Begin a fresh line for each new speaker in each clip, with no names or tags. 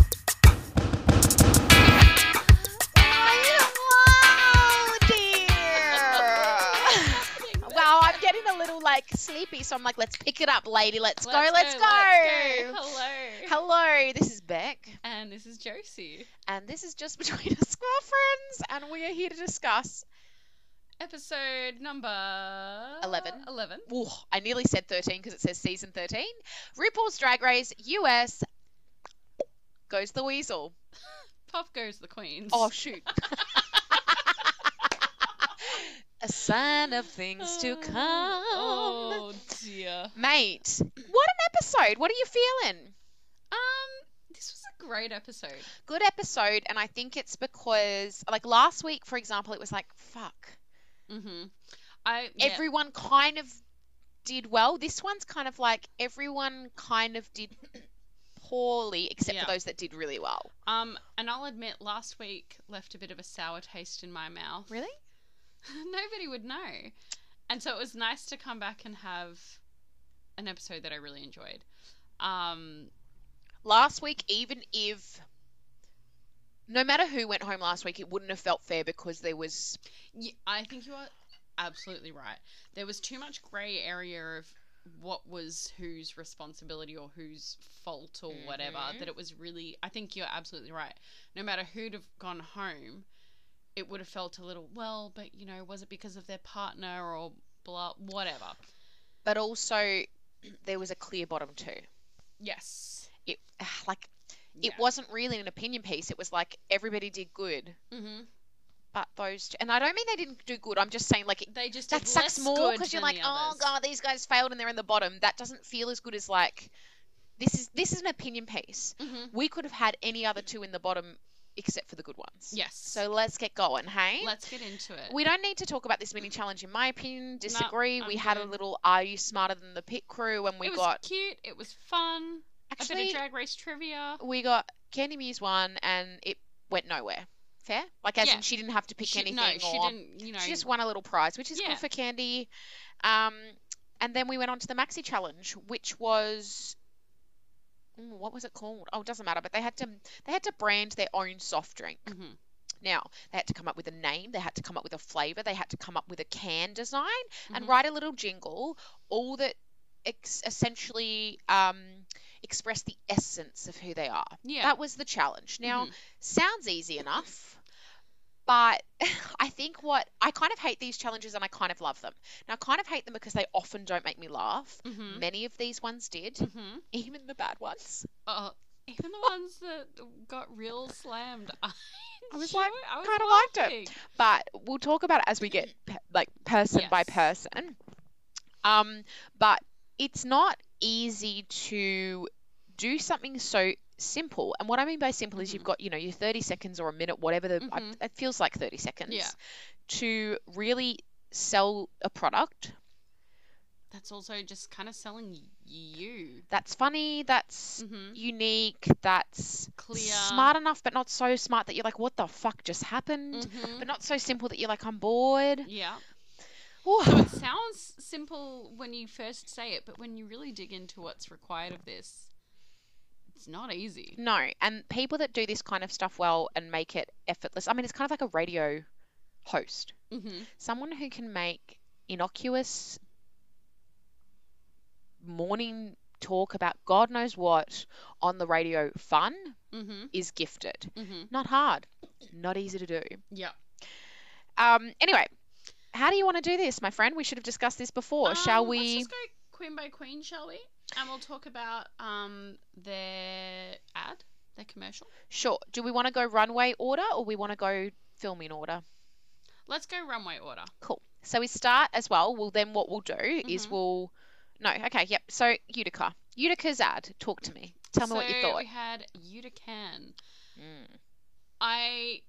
Oh, a little like sleepy, so I'm like, let's pick it up, lady. Let's, go,
Let's
let's go.
let's go. Hello.
Hello, this is Beck,
And this is Josie.
and this is just between us squirrel friends, and we are here to discuss.
Episode number
Eleven.
Eleven.
Ooh, I nearly said 13 because it says season 13. RuPaul's Drag Race US goes the weasel.
Puff goes the queens.
Oh shoot. A sign of things to
Oh,
come.
Oh dear.
Mate, what an episode. What are you feeling?
Um, this was a great episode.
Good episode, and I think it's because like last week, for example, it was like, fuck.
Mm-hmm. I yeah,
Everyone kind of did well. This one's kind of like everyone kind of did poorly except
Yeah.
for those that did really well.
um, and I'll admit, last week left a bit of a sour taste in my mouth.
Really?
Nobody would know, and so it was nice to come back and have an episode that I really enjoyed. Um,
last week, even if no matter who went home last week, it wouldn't have felt fair because there was
Yeah, I think you are absolutely right. There was too much grey area of what was whose responsibility or whose fault or whatever
Mhm.
that it was really. I think you're absolutely right. No matter who'd have gone home, it would have felt a little well, but you know, was it because of their partner or blah, whatever?
but also there was a clear bottom two.
Yes.
It like it wasn't really an opinion piece. It was like everybody did good,
hmm
but those two, and I don't mean they didn't do good. I'm just saying like it,
They just
that
did
sucks
less
more
good
because you're
than
like,
the
oh
others."
god, these guys failed and they're in the bottom. That doesn't feel as good as like this is this is an opinion piece.
Mhm.
We could have had any other two in the bottom except for the good ones.
Yes.
So let's get going, hey?
let's get into it.
We don't need to talk about this mini challenge, in my opinion. Disagree.
I'm
we had a
good.
little "Are you smarter than the pit crew?" and we
it was
got
cute. It was fun. a bit
actually
of drag race trivia.
we got Candy Muse one, and it went nowhere. Fair, like as
Yeah.
in she didn't have to pick
She-
anything,
No,
or
she didn't. You know,
she just won a little prize, which is
Yeah.
good for Candy. Um, and then we went on to the maxi challenge, which was. Ooh, What was it called? Oh, it doesn't matter. But they had to they had to brand their own soft drink.
Mhm.
Now, they had to come up with a name, they had to come up with a flavor, they had to come up with a can design and
Mhm.
write a little jingle, all that ex- essentially um, express the essence of who they are.
Yeah.
That was the challenge. Now,
Mhm.
sounds easy enough, but I think what I kind of hate these challenges and I kind of love them. Now, I kind of hate them because they often don't make me laugh.
Mhm.
Many of these ones did,
Mhm.
even the bad ones.
Oh, even the ones that got real slammed. I,
I was
enjoy-
like,
I was
kinda liked it.
laughing.
but we'll talk about it as we get pe- like person by
Yes.
person. Um, but it's not easy to do something so simple. And what I mean by simple is you've
Mhm.
got you know your thirty seconds or a minute, whatever the I-
Mhm.
it feels like thirty seconds to really sell a product
That's also just kind of selling y- you.
that's funny, that's
hmm
unique, that's
Clear.
smart enough but not so smart that you're like, what the fuck just happened?
Mhm.
But not so simple that you're like, I'm bored.
Yeah.
Ooh.
So it sounds simple when you first say it, but when you really dig into what's required of this, it's not easy.
No, and people that do this kind of stuff well and make it effortless. I mean, it's kind of like a radio host,
hmm
someone who can make innocuous morning talk about God knows what on the radio fun
hmm
is gifted.
hmm
Not hard, not easy to do.
Yeah.
Um, anyway, how do you want to do this, my friend? We should have discussed this before. Shall
Um, Let's
we?
just go queen by queen, shall we? And we'll talk about um their ad, their commercial.
Sure. Do we want to go runway order or we want to go filming order?
Let's go runway order.
Cool. So we start as well. Well, then what we'll do is
Mhm.
we'll. No, okay, yep. So Utica. Utica's ad. Talk to me. Tell me what you
So
thought.
We had Utican.
Mm.
I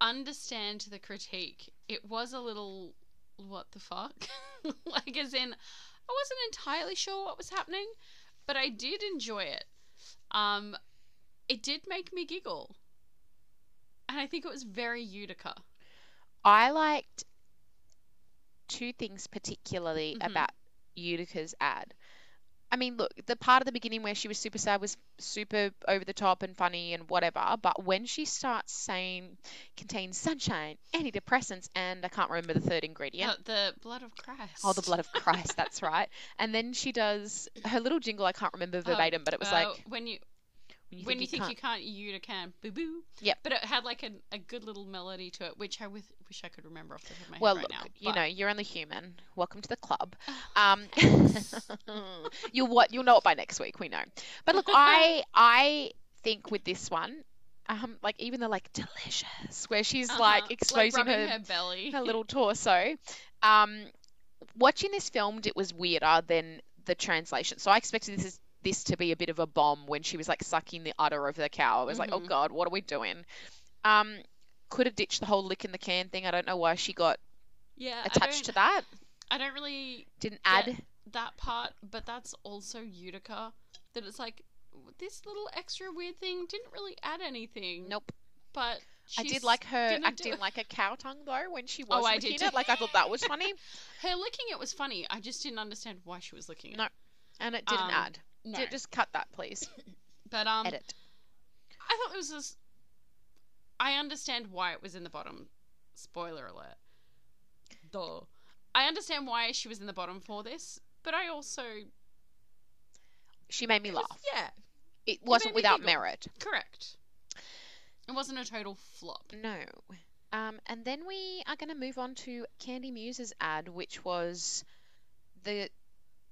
understand the critique. It was a little what the fuck? like as in I wasn't entirely sure what was happening, but I did enjoy it. Um it did make me giggle. And I think it was very Utica.
I liked two things particularly
Mhm.
about Utica's ad. I mean, look, the part of the beginning where she was super sad was super over the top and funny and whatever. But when she starts saying contains sunshine, antidepressants, and I can't remember the third ingredient.
Uh, the blood of Christ.
Oh, the blood of Christ, that's right. And then she does her little jingle. I can't remember verbatim, but it was
Uh,
like
when you
when
when you think
can't-
you can't, you can boo boo.
Yep.
But it had like a, a good little melody to it, which I with, wish I could remember off the top of my
Well,
head
look,
right now.
you
but-
know, you're only human. Welcome to the club. Um,
Uh-huh.
you'll what you'll know it by next week. We know. But look, I I think with this one, um, like even the like delicious, where she's
Uh-huh.
like exposing
rubbing
her,
her belly.
her little torso. Um, watching this filmed, it was weirder than the translation. So I expected this is this to be a bit of a bomb when she was like sucking the udder of the cow. I was like, oh
Mhm.
god, what are we doing? Um, could have ditched the whole lick in the can thing. I don't know why she got
yeah,
attached to that.
I don't really
Didn't
Yeah.
add.
that part, but that's also Utica. That it's like this little extra weird thing didn't really add anything.
Nope.
But
I
she's-
did like her
gonna do-
acting like a cow tongue though when she
Oh,
was
I
licking
did
it.
too.
Like I thought that was funny,
her licking. It was funny. I just didn't understand why she was licking it.
No, and it didn't
Um,
add.
No,
Ju- just cut that, please.
but um,
Edit.
I thought it was this. I understand why it was in the bottom. Spoiler alert. Duh. I understand why she was in the bottom for this, but I also
She made me
it was-
laugh.
yeah,
It wasn't
me
without
giggle.
merit.
correct. It wasn't a total flop.
No. Um, and then we are going to move on to Candy Muse's ad, which was the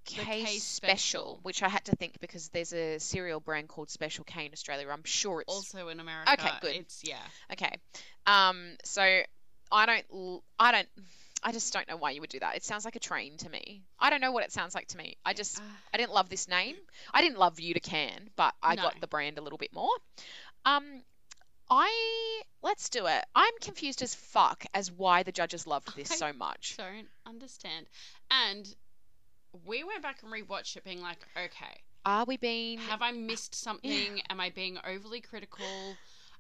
K,
K
special,
special.
which I had to think because there's a cereal brand called Special K in Australia. I'm sure it's
Also in America,
good.
It's yeah.
Okay. Um, so I don't, l- I don't, I just don't know why you would do that. It sounds like a train to me. I don't know what it sounds like to me. I just,
Ah.
I didn't love this name. I didn't love you to can, but I
No.
got the brand a little bit more. Um, I let's do it. I'm confused as fuck as why the judges loved this
I-
so much.
don't understand. And we went back and rewatched it, being like, okay,
Are we being?
have I missed something? Am I being overly critical?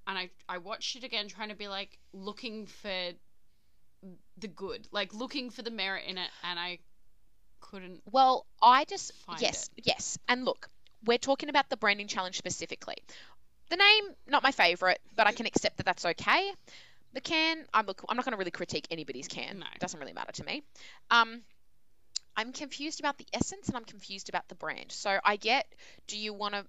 And I, I watched it again, trying to be like looking for the good, like looking for the merit in it, and I couldn't.
Well, I just
Find
yes, yes. And look, we're talking about the branding challenge specifically. The name, not my favorite, but I can accept that that's okay. The can, I'm look, I'm not going to really critique anybody's can.
No.
It doesn't really matter to me. Um, I'm confused about the essence and I'm confused about the brand. So I get, do you want to?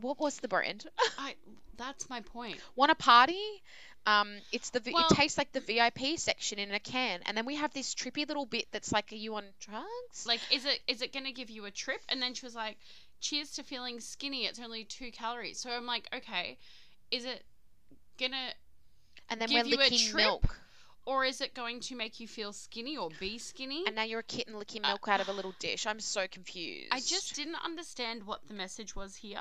What was the brand?
I that's my point.
want a party. Um, it's the V-
Well-
it tastes like the VIP section in a can, and then we have this trippy little bit that's like, are you on drugs?
Like, is it is it gonna give you a trip? And then she was like, "Cheers to feeling skinny. It's only two calories." So I'm like, okay, is it gonna
and then
give
we're
you a
licking
trip?
milk.
or is it going to make you feel skinny or be skinny?
And now you're a kitten licking milk out of a little dish. I'm so confused.
Uh, I just didn't understand what the message was here,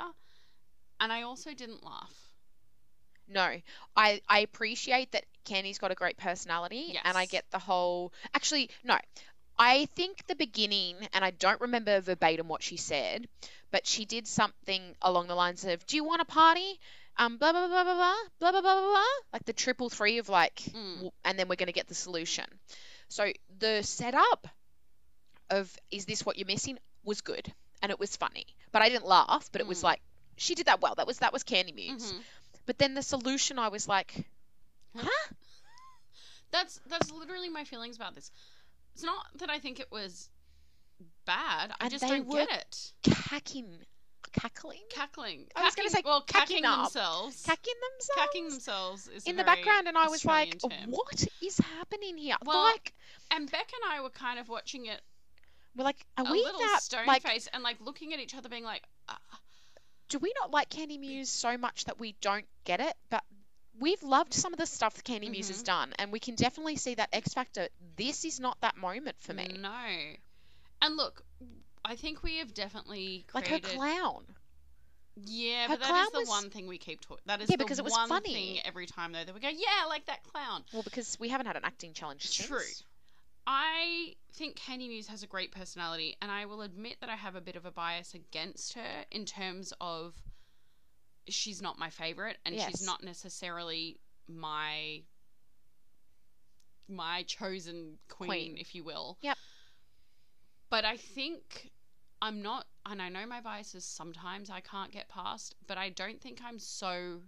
and I also didn't laugh.
no. I I appreciate that Candy's got a great personality, and I
Yes.
get the whole. Actually, no. I think the beginning, and I don't remember verbatim what she said, but she did something along the lines of, "Do you want a party?" Um, blah blah blah blah blah blah blah blah blah. blah," Like the triple three of like,
Mm.
w- and then we're going to get the solution. So the setup of "Is this what you're missing?" was good, and it was funny, but I didn't laugh. But it was
Mm.
like she did that well. That was that was Candy Muse.
Mhm.
But then the solution, I was like,
That's that's literally my feelings about this. It's not that I think it was bad. I
And
just
they
don't
were
get it.
cacking, cackling,
Cackling.
I was gonna
Cacking-
say
well,
cacking
cacking
up.
themselves.
cacking themselves
Cacking themselves is a
in the
very
background, and I was like,
Australian term.
what is happening here?
Well,
like,
And Beck and I were kind of watching it
we're like, are
a
we
little
that
stone
like?
face and like looking at each other, being like, "Ah,
Do we not like Candy Muse so much that we don't get it? But we've loved some of the stuff that Candy Muse
Mm-hmm.
has done, and we can definitely see that X Factor. This is not that moment for me.
No. And look, I think we have definitely
Like
created.
her clown.
yeah,
her
but that is
clown
the
was-
one thing we keep talking. That is
Yeah,
the
because it was
one
funny.
thing every time though that we go, yeah, like that clown.
Well, because we haven't had an acting challenge.
True.
since.
I think Candy Muse has a great personality, and I will admit that I have a bit of a bias against her in terms of she's not my favorite, and
Yes.
she's not necessarily my my chosen queen,
Queen.
if you will.
Yep.
But I think I'm not, and I know my biases sometimes I can't get past, but I don't think I'm so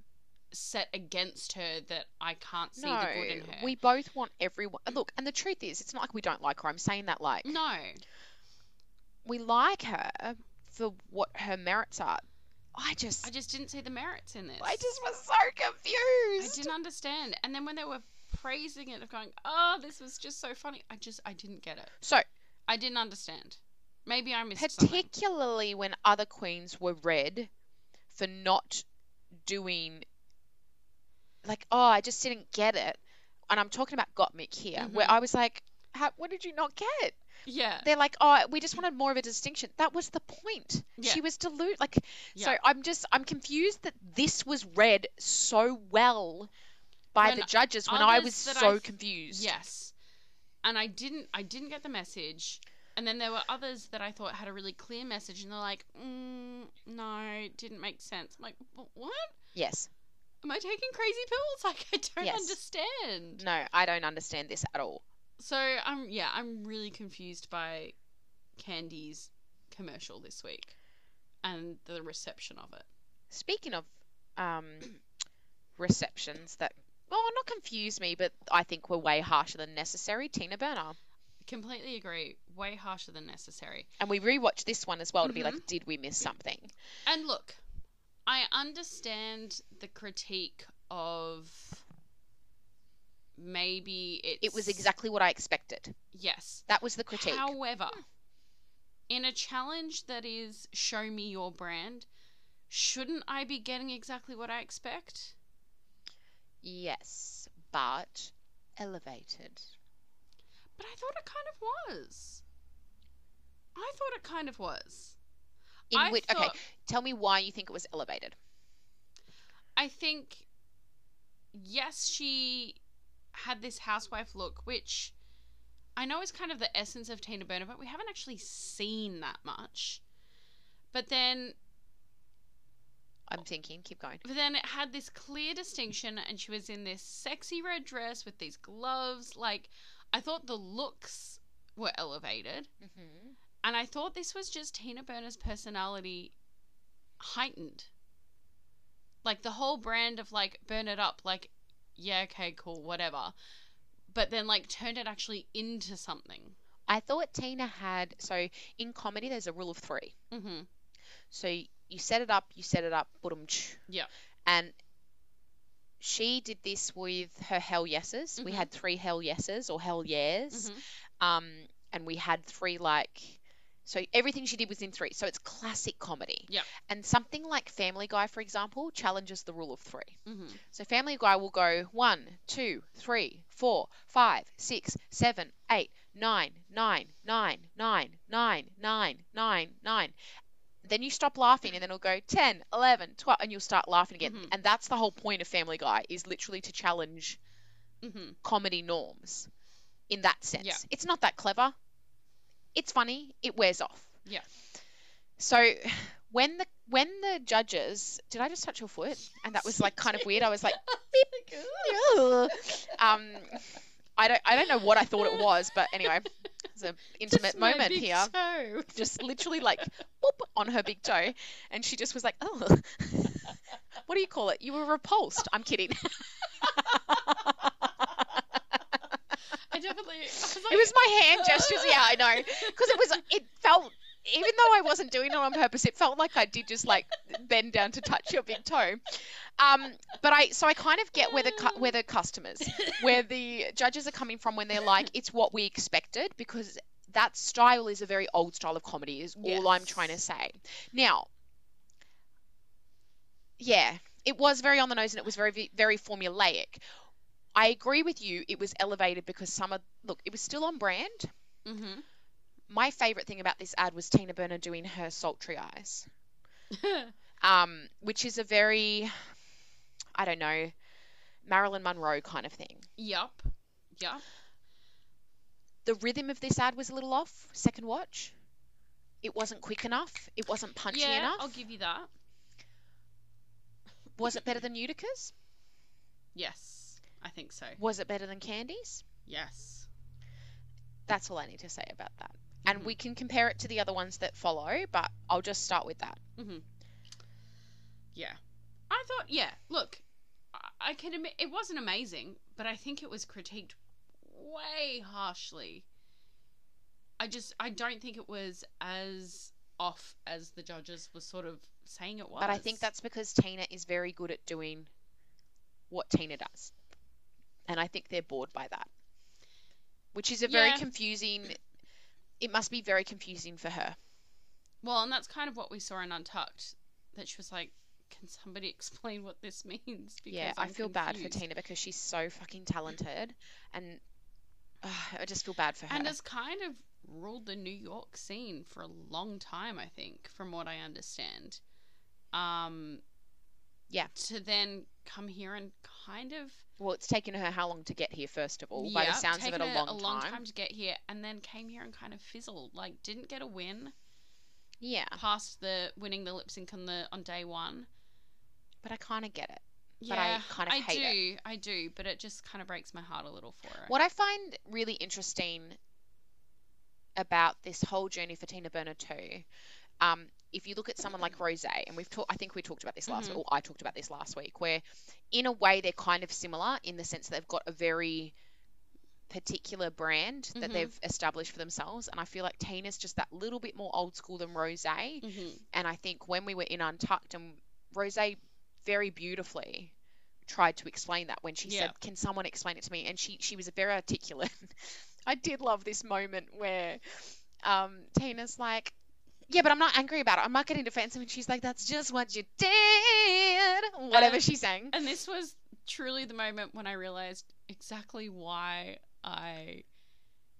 set against her that I can't see
no,
the good in her.
we both want everyone. Look, and the truth is, it's not like we don't like her. I'm saying that like
no.
we like her for what her merits are. I just,
I
I just,
just didn't see the merits in this.
was so
I
confused.
didn't understand. And then when they were praising it, of going, oh, this was just so funny, I just, I didn't get it.
So,
I didn't understand. Maybe I missed something.
particularly when other queens were read for not doing, like, oh, I just didn't get it. And I'm talking about Gottmik here, where
Mhm.
I was like, How, what did you not get?
Yeah.
They're like, oh, we just wanted more of a distinction. That was the point.
Yeah.
She was dilute. Like, so
Yeah.
I'm just, I'm confused that this was read so well by
When
the judges when I
others
was
that
so
I've-
confused.
Yes. And I didn't I didn't get the message. And then there were others that I thought had a really clear message and they're like, mm, no, it didn't make sense. I'm like, "Wh- what?
Yes.
Am I taking crazy pills? Like I don't
Yes.
understand.
No, I don't understand this at all.
So I'm yeah, I'm really confused by Candy's commercial this week and the reception of it.
Speaking of um, receptions that, well, not confuse me, but I think were way harsher than necessary, Tina Burner.
Completely agree. Way harsher than necessary.
And we rewatched this one as well to be
Mm-hmm.
like, did we miss something?
And look, I understand the critique of maybe it's
It was exactly what I expected.
yes.
That was the critique.
However, in a challenge that is show me your brand, shouldn't I be getting exactly what I expect?
Yes, but elevated.
But I thought it kind of was. I thought it kind of was.
In
I
which, okay,
thought-
tell me why you think it was elevated.
I think, yes, she had this housewife look, which I know is kind of the essence of Tina Burner, but we haven't actually seen that much. But then, Oh.
I'm thinking, keep going.
but then it had this clear distinction, and she was in this sexy red dress with these gloves. Like, I thought the looks were elevated,
hmm
and I thought this was just Tina Burner's personality heightened. Like the whole brand of like burn it up, like yeah, okay, cool, whatever. But then like turned it actually into something.
I thought Tina had, so in comedy, there's a rule of three.
Mm-hmm.
So y- you set it up, you set it up, boom.
Yeah.
And she did this with her hell yeses. We
Mhm.
had three hell yeses or hell yeahs. Um, and we had three like, so everything she did was in three. So it's classic comedy.
Yeah.
And something like Family Guy, for example, challenges the rule of three.
Mm-hmm.
So Family Guy will go one, two, three, four, five, six, seven, eight, nine, nine, nine, nine, nine, nine, nine, nine. Then you stop laughing and then it'll go 10, 11, 12, and you'll start laughing again.
Mhm.
And that's the whole point of Family Guy is literally to challenge
Mm-hmm.
comedy norms in that sense.
Yeah.
It's not that clever. It's funny. It wears off.
Yeah.
So when the when the judges did I just touch your foot? And that was like kind of weird. I was like, "Ew." um I don't I don't know what I thought it was, but anyway, it's an intimate moment here. Just literally like boop on her big toe and she just was like, Oh what do you call it? You were repulsed. I'm kidding.
I definitely. I was like,
It was my hand gestures. Yeah, I know. Because it was, it felt, even though I wasn't doing it on purpose, it felt like I did just like bend down to touch your big toe. Um, but I, so I kind of get where the cu- where the customers, where the judges are coming from when they're like, it's what we expected because that style is a very old style of comedy. Is all I'm
Yes.
trying to say. Now, yeah, it was very on the nose and it was very very formulaic. I agree with you. It was elevated because some of look, it was still on brand.
Mm-hmm.
My favorite thing about this ad was Tina Burner doing her sultry eyes,
Mm-hmm.
um, which is a very, I don't know, Marilyn Monroe kind of thing.
yup. Yup.
The rhythm of this ad was a little off. Second watch, it wasn't quick enough. It wasn't punchy
Yeah,
enough.
I'll give you that.
Was it better than Utica's?
Yes, I think so.
Was it better than Candy's?
Yes.
That's all I need to say about that. and we can compare it to the other ones that follow, but I'll just start with that.
Yeah. I thought, yeah, look, I- I can admit it wasn't amazing, but I think it was critiqued way harshly. I just, I don't think it was as off as the judges were sort of saying it was.
But I think that's because Tina is very good at doing what Tina does. And I think they're bored by that. Which is a very
Yeah.
confusing it must be very confusing for her.
Well, and that's kind of what we saw in Untucked, that she was like, can somebody explain what this means?
yeah, i
I'm
feel bad for
confused."
Tina because she's so fucking talented and ah, I just feel bad for her.
And has kind of ruled the New York scene for a long time, I think, from what I understand. Um,
Yeah.
To then come here and kind of
well, it's taken her how long to get here first of all? by the
Yep,
sounds of it
taken
a long,
a long
time.
time to get here, and then came here and kind of fizzled. Like, didn't get a win
Yeah,
past the winning the lip sync on the on day one.
but I kind of get it.
Yeah,
But I kinda hate
do,
it.
I do, but it just kind of breaks my heart a little for her.
What I find really interesting about this whole journey for Tina Burner too, um, if you look at someone like Rose, and we've talked, I think we talked about this last,
Mhm.
or I talked about this last week, where in a way they're kind of similar in the sense that they've got a very particular brand that
Mhm.
they've established for themselves, and I feel like Tina's just that little bit more old school than Rose,
Mhm.
and I think when we were in Untucked, and Rose very beautifully tried to explain that when she
Yeah.
said, "Can someone explain it to me?" and she she was very articulate. I did love this moment where um, Tina's like, "Yeah, but I'm not angry about it. I'm not getting defensive," and she's like, "That's just what you did." Whatever
And-
she sang.
And this was truly the moment when I realized exactly why I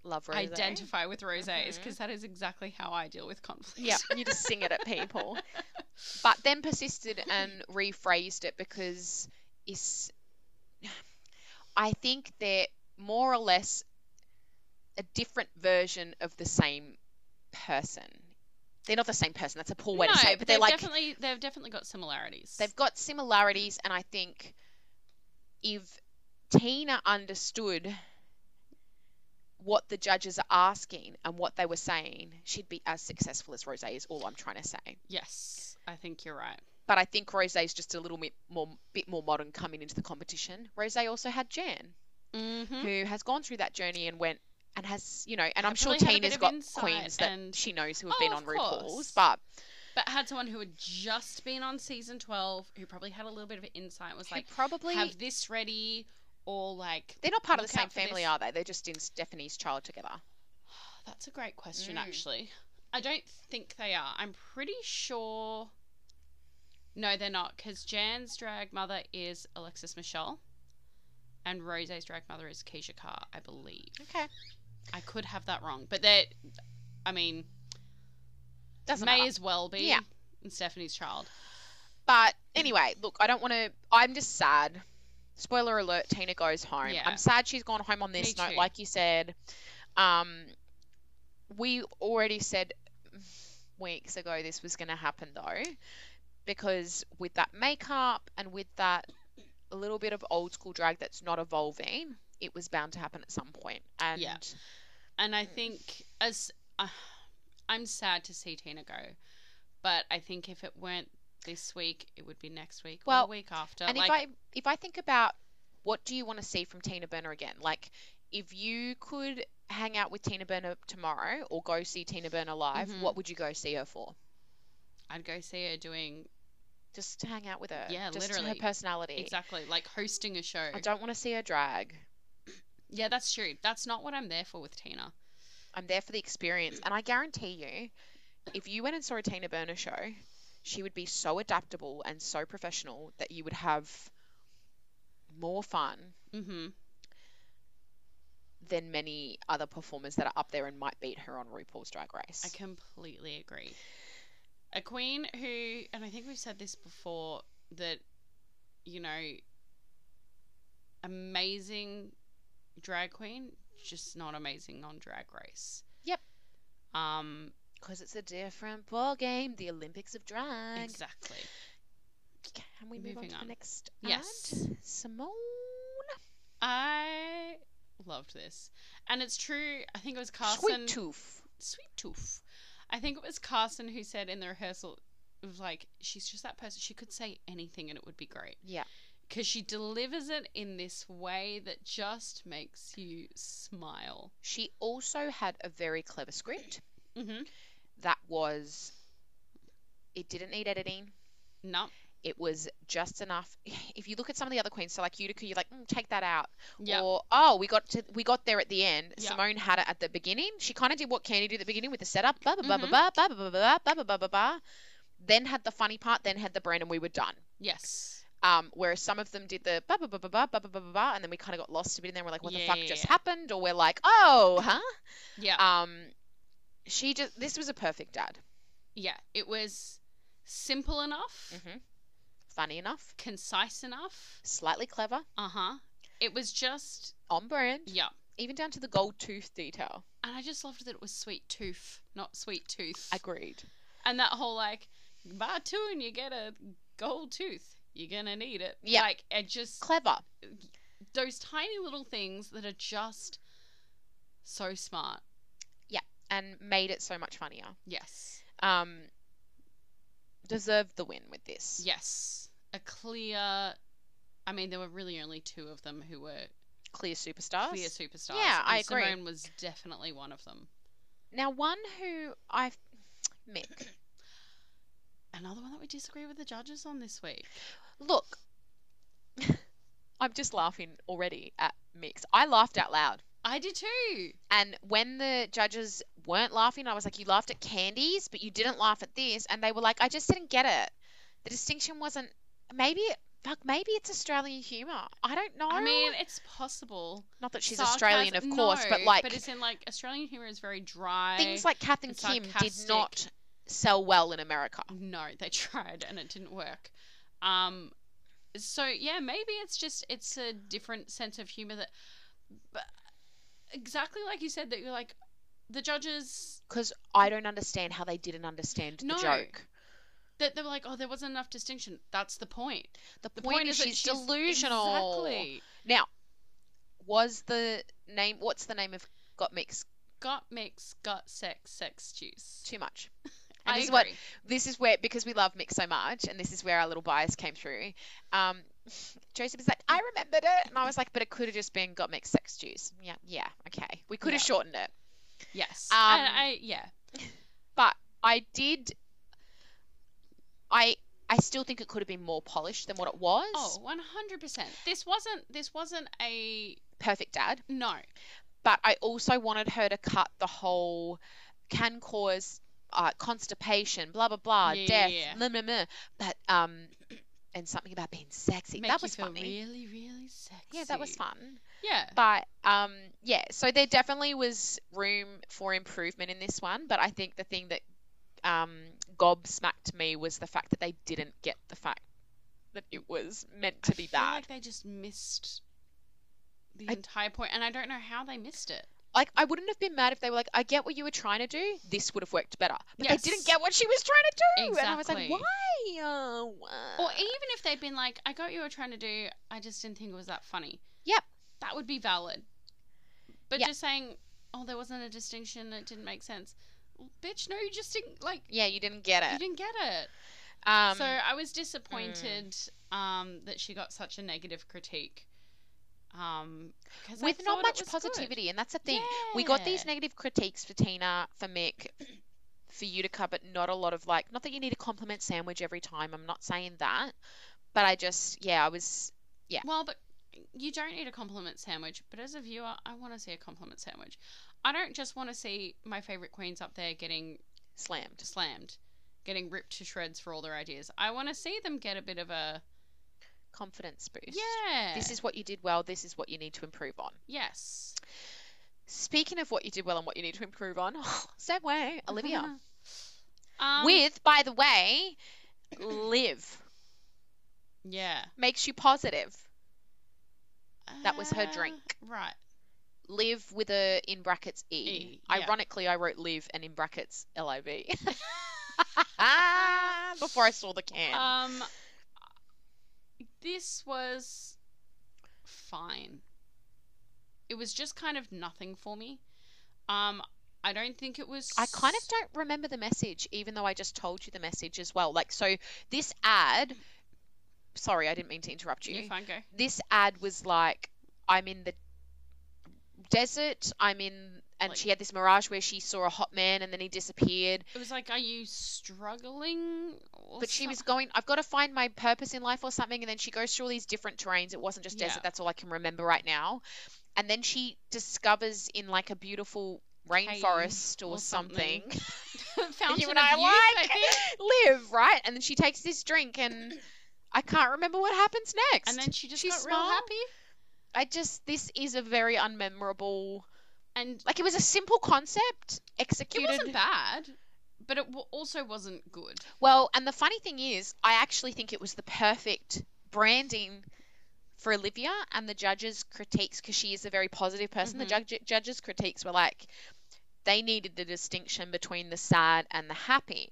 Love Rose.
identify with rose is
Mhm.
because is exactly how I deal with conflict.
Yeah, you just sing it at people. But then persisted and rephrased it because it's. I think they're more or less a different version of the same person. They're not the same person. That's a poor way to say it. But they're
they've
like
definitely they've definitely got similarities.
they've got similarities, and I think if Tina understood what the judges are asking and what they were saying, she'd be as successful as Rose. Is all I'm trying to say.
yes, I think you're right.
but I think Rose is just a little bit more bit more modern coming into the competition. Rose also had Jan,
Mm-hmm.
who has gone through that journey and went and has you know, and I'm sure
Probably had
Tina's
a bit of
got
insight
queens that
and-
she knows who have
Oh,
been
of
on RuPaul's,
course.
but
But had someone who had just been on season twelve, who probably had a little bit of insight, was
who
like,
probably
"Have this ready," or like,
they're not part of the
look
same
out for
family,
this.
are they? They're just in Stephanie's child together.
"Oh, "That's a great question,
Mm.
actually." I don't think they are. I'm pretty sure. No, they're not, because Jan's drag mother is Alexis Michelle, and Rose's drag mother is Keisha Carr, I believe.
Okay,
I could have that wrong, but that, I mean,
doesn't
may
matter.
as well be.
Yeah.
And Stephanie's child.
But anyway, look, I don't want to. I'm just sad. Spoiler alert: Tina goes home.
Yeah.
I'm sad she's gone home on this
Me
note,
too.
like you said. Um, we already said weeks ago this was going to happen though, because with that makeup and with that a little bit of old school drag that's not evolving, it was bound to happen at some point. And
Yeah. And I
Mm.
think as uh, I'm sad to see Tina go, but I think if it weren't this week, it would be next week or
Well,
the week after.
And
like,
if I if I think about what do you want to see from Tina Burner again? Like if you could hang out with Tina Burner tomorrow or go see Tina Burner live,
Mhm.
what would you go see her for?
would go see her doing
Just to hang out with her.
Yeah,
just
literally.
her personality.
exactly like hosting a show.
Eh. I don't want to see her drag.
Yeah, that's true. That's not what I'm there for with Tina.
I'm there for the experience. And I guarantee you, if you went and saw a Tina Burner show, she would be so adaptable and so professional that you would have more fun
Mm-hmm.
than many other performers that are up there and might beat her on RuPaul's Drag Race.
I completely agree. A queen who, and I think we've said this before, that, you know, amazing drag queen, just not amazing on Drag Race.
Yep.
Um,
Because it's a different ball game, the Olympics of drag.
exactly.
Can we move on
Moving
to the
on.
next
Yes.
ad? Simone.
I loved this. And it's true, I think it was
Sweet
Carson.
tooth.
sweet tooth. I think it was Carson who said in the rehearsal, it was like, she's just that person. She could say anything and it would be great.
Yeah.
Because she delivers it in this way that just makes you smile.
She also had a very clever script
Mm-hmm.
that was, it didn't need editing.
No.
It was just enough. If you look at some of the other queens, so like Utica, you're like, mm, take that out.
Yeah.
Or oh, we got to we got there at the end.
Yeah.
Simone had it at the beginning. She kind of did what Candy did at the beginning with the setup, ba ba ba ba
Mhm.
ba ba ba ba ba ba ba ba ba. Then had the funny part. Then had the brand, and we were done.
Yes.
Um, whereas some of them did the ba ba ba ba ba ba ba ba ba ba, and then we kind of got lost a bit, and then we're like, what the fuck just
Yeah.
happened? Or we're like, oh, huh?
Yeah.
Um, she just this was a perfect dad.
yeah. It was simple enough,
hmm Funny enough,
concise enough.
slightly clever,
Uh huh. It was just,
on brand,
yeah.
even down to the gold tooth detail.
And I just loved that it was sweet tooth, not sweet tooth.
Agreed.
and that whole like, buy two and you get a gold tooth. You're gonna need it.
Yeah.
Like it just
Clever.
those tiny little things that are just so smart.
and made it so much funnier.
Yes.
Um, deserved the win with this.
Yes. A clear I mean, there were really only two of them who were
Clear superstars.
clear superstars.
Yeah, I
and
agree.
Simone was definitely one of them.
now, one who I, Mick.
Another one that we disagree with the judges on this week.
Look, I'm just laughing already at Mick's. I laughed out loud,
I did too.
and when the judges weren't laughing, I was like, "You laughed at Candies, but you didn't laugh at this," and they were like, "I just didn't get it. The distinction wasn't maybe." It, Fuck, maybe it's Australian humour. I don't know.
I mean, it's possible.
not that she's
Sarcasm-
Australian, of course,
no,
but like,
but it's in like Australian humor is very dry.
things like Kath and
and
Kim did
sarcastic.
not sell well in America.
no, they tried and it didn't work. Um, so yeah, maybe it's just it's a different sense of humor that, but exactly like you said that you're like the judges
Because I don't understand how they didn't understand
No.
the joke.
that they were like oh there wasn't enough distinction. That's the point.
The,
The
point, is
that
she's delusional.
Exactly.
Now, was the name? What's the name of Got Mix?
Gut mix, gut sex, sex juice.
Too much. And
I
this
agree.
is what this is where because we love Mix so much, and this is where our little bias came through. Um, Joseph is like, I remembered it, and I was like, but it could have just been Got Mix Sex Juice. Yeah, yeah, okay. We could have
Yeah.
shortened it.
yes.
Um,
and I yeah.
but I did. I I still think it could have been more polished than what it was.
Oh, 100%. This wasn't this wasn't a
Perfect dad,
no.
but I also wanted her to cut the whole can cause uh, constipation, blah blah blah,
Yeah,
death,
yeah, yeah.
Blah, blah, blah. but um, and something about being sexy.
Make
that
you
was
feel
funny.
really really sexy.
Yeah, that was fun.
Yeah.
But um, yeah, so there definitely was room for improvement in this one. But I think the thing that um, gobsmacked me was the fact that they didn't get the fact that it was meant to
I
be
feel
bad.
Like they just missed the
I-
entire point, and I don't know how they missed it.
Like I wouldn't have been mad if they were like, "I get what you were trying to do. This would have worked better." But
Yes.
they didn't get what she was trying to do, and I was like,
Exactly.
"Why?" Oh, wow."
Or e-" even if they'd been like, "I got what you were trying to do. I just didn't think it was that funny."
Yep.
that would be valid. But
Yep.
just saying, "Oh, there wasn't a distinction. It didn't make sense." Well, Bitch, no, you just didn't like.
yeah, you didn't get
You
it.
didn't get it.
Um, mm.
so I was disappointed um, that she got such a negative critique. Um, 'cause I
with
thought
not
it
much
was good.
positivity, and that's the thing. we got these
Yeah.
negative critiques for Tina, for Mick, for Utica, but not a lot of like, not that you need a compliment sandwich every time. I'm not saying that. But I just, yeah, I was,
Well, but you don't need a compliment sandwich. But as a viewer, I want to see a compliment sandwich. I don't just want to see my favorite queens up there getting
slammed.
slammed, getting ripped to shreds for all their ideas. I want to see them get a bit of a
Confidence boost.
yeah.
This is what you did well. This is what you need to improve on.
yes.
Speaking of what you did well and what you need to improve on, segue, Olivia.
um,
With, by the way, live
yeah,
makes you positive. That was her
Uh,
drink.
Right.
Live with a in brackets e.
E, yeah.
Ironically, I wrote live and in brackets l i v. Before I saw the can.
Um, this was fine. It was just kind of nothing for me. Um, I don't think it was.
I kind of don't remember the message, even though I just told you the message as well. Like, so this ad, sorry, I didn't mean to interrupt you.
You're fine, go.
This ad was like, I'm in the desert, I'm in, and
Like-
she had this mirage where she saw a hot man and then he disappeared.
It was like, are you struggling? Or
But she
some-
was going, I've got to find my purpose in life or something. And then she goes through all these different terrains. It wasn't just
Yeah.
desert. That's all I can remember right now. And then she discovers in like a beautiful rainforest or,
or
something,
something. Fountain
you and
of
I
Youth, I
like
think.
live, right? And then she takes this drink and I can't remember what happens next.
And then she just
She
got real
smiled.
happy.
I just, this is a very unmemorable,
And
like it was a simple concept
it wasn't
executed.
bad, but it w- also wasn't good.
Well, and the funny thing is, I actually think it was the perfect branding for Olivia and the judges' critiques because she is a very positive person. The
Mm-hmm.
judge, judges' critiques were like, they needed the distinction between the sad and the happy.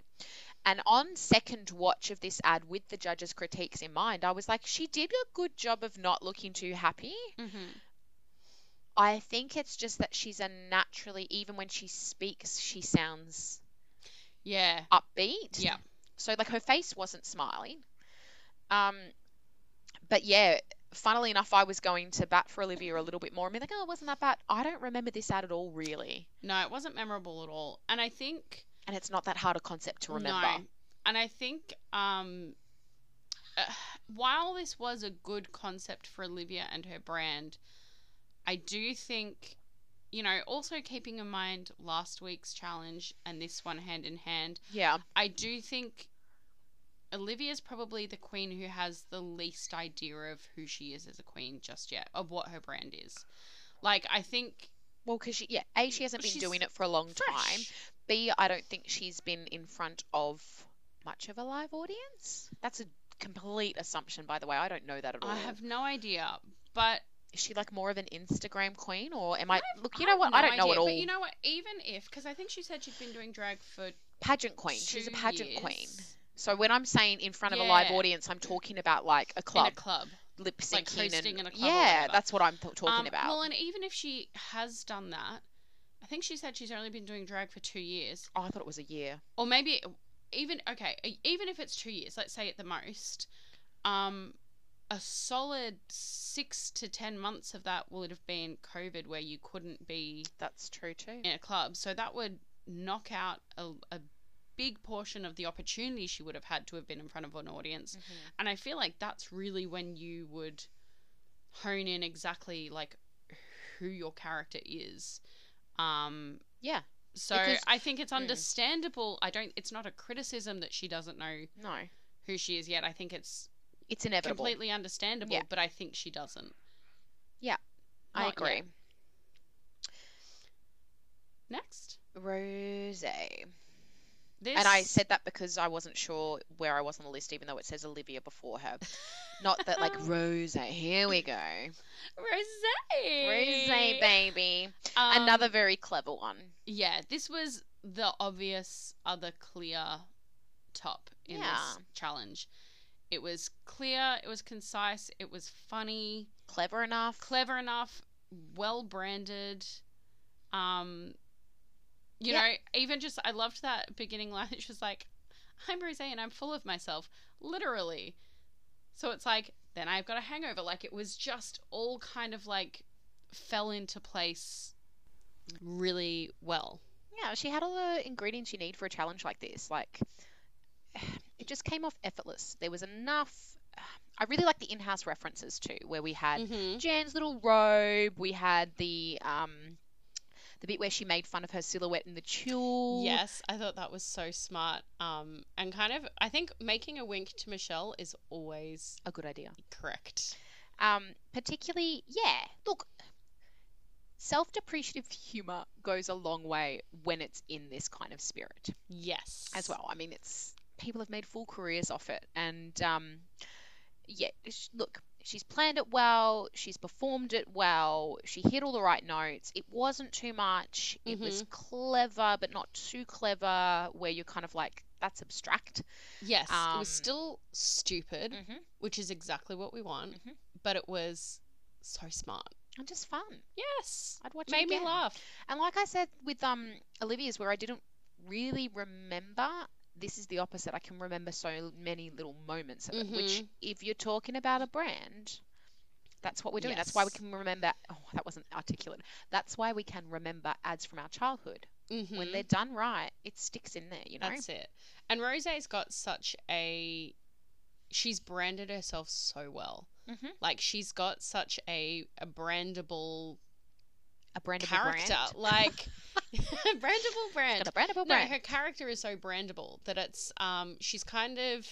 And on second watch of this ad with the judges' critiques in mind, I was like, she did a good job of not looking too happy.
Mm-hmm.
I think it's just that she's a naturally, even when she speaks, she sounds
Yeah.
upbeat.
Yeah.
So like her face wasn't smiling. Um, but yeah, funnily enough, I was going to bat for Olivia a little bit more. I mean, like, oh, it wasn't that bad. I don't remember this ad at all, really.
No, it wasn't memorable at all. And I think
And it's not that hard a concept to remember.
No. And I think um, uh, while this was a good concept for Olivia and her brand, I do think, you know, also keeping in mind last week's challenge and this one hand in hand,
Yeah.
I do think Olivia's probably the queen who has the least idea of who she is as a queen just yet, of what her brand is. Like, I think.
Well, because she, yeah, A, she hasn't been
She's
doing it for a long time.
Fresh.
B, I don't think she's been in front of much of a live audience. That's a complete assumption, by the way. I don't know that at all.
I have no idea. But
Is she like more of an Instagram queen or am I. look, you
I
know
have
what?
no
I don't know
idea,
at all.
But you know what? Even if, because I think she said she'd been doing drag for
pageant queen. She's a
two
pageant
years
queen. So when I'm saying in front of a live
Yeah.
audience, I'm talking about like a
in
club,
a club.
lip syncing,
hosting
and
in a club or
yeah,
whatever.
that's what I'm th- talking
Um,
about.
Well, and even if she has done that, I think she said she's only been doing drag for two years,
oh, I thought it was a year.
or maybe even okay, e- even if it's two years, let's say at the most, um, a solid six to ten months of that would have been COVID, where you couldn't be
That's true too.
in a club. So that would knock out a, a big portion of the opportunity she would have had to have been in front of an audience.
Mhm.
And I feel like that's really when you would hone in exactly like who your character is. Um,
Yeah.
so
Because-
I think it's
Mm.
understandable. I don't. It's not a criticism that she doesn't know
No,
who she is yet. I think it's
it's inevitable.
completely understandable.
Yeah.
But I think she doesn't.
I
not
agree.
yet. Next,
Rose.
this
And I said that because I wasn't sure where I was on the list, even though it says Olivia before her. Not that like Rose. Here we go.
Rose.
Rose, baby.
Um,
Another very clever one.
Yeah, this was the obvious other clear top in
Yeah.
this challenge. It was clear, it was concise, it was funny,
Clever enough.
clever enough, well branded. Um you
Yeah.
know, even just I loved that beginning line. She was like, I'm Rosé and I'm full of myself, literally. So it's like, then I've got a hangover. Like it was just all kind of like fell into place really well.
Yeah, she had all the ingredients you need for a challenge like this. Like, it just came off effortless. There was enough. I really like the in house references too, where we had
Mm-hmm.
Jan's little robe, we had the. um the bit where she made fun of her silhouette in the tulle.
Yes, I thought that was so smart. Um, and kind of, I think making a wink to Michelle is always
A good idea.
correct.
Um, particularly, yeah, look, self depreciative humour goes a long way when it's in this kind of spirit.
Yes,
as well. I mean, it's people have made full careers off it, and um, yeah, sh- look, she's planned it well, she's performed it well, she hit all the right notes. It wasn't too much. It was
Mm-hmm.
clever, but not too clever, where you're kind of like, that's abstract.
Yes, it was
Um,
still stupid,
Mm-hmm.
which is exactly what we want,
Mhm.
but it was so smart.
and just fun.
Yes.
I'd watch it
Made me
again.
laugh.
And like I said with um Olivia's, where I didn't really remember, this is the opposite. I can remember so many little moments of it. Which,
Mhm.
if you're talking about a brand, that's what we're doing. That's why we
Yes.
can remember. Oh, that wasn't articulate. That's why we can remember ads from our childhood. When
Mhm.
they're done right, it sticks in there. You know.
That's it. And Rose's got such a. She's branded herself so well.
hmm
Like she's got such a, a brandable
A brand of
character.
brand.
Like brandable brand.
Got a brandable
No,
brand.
her character is so brandable that it's um she's kind of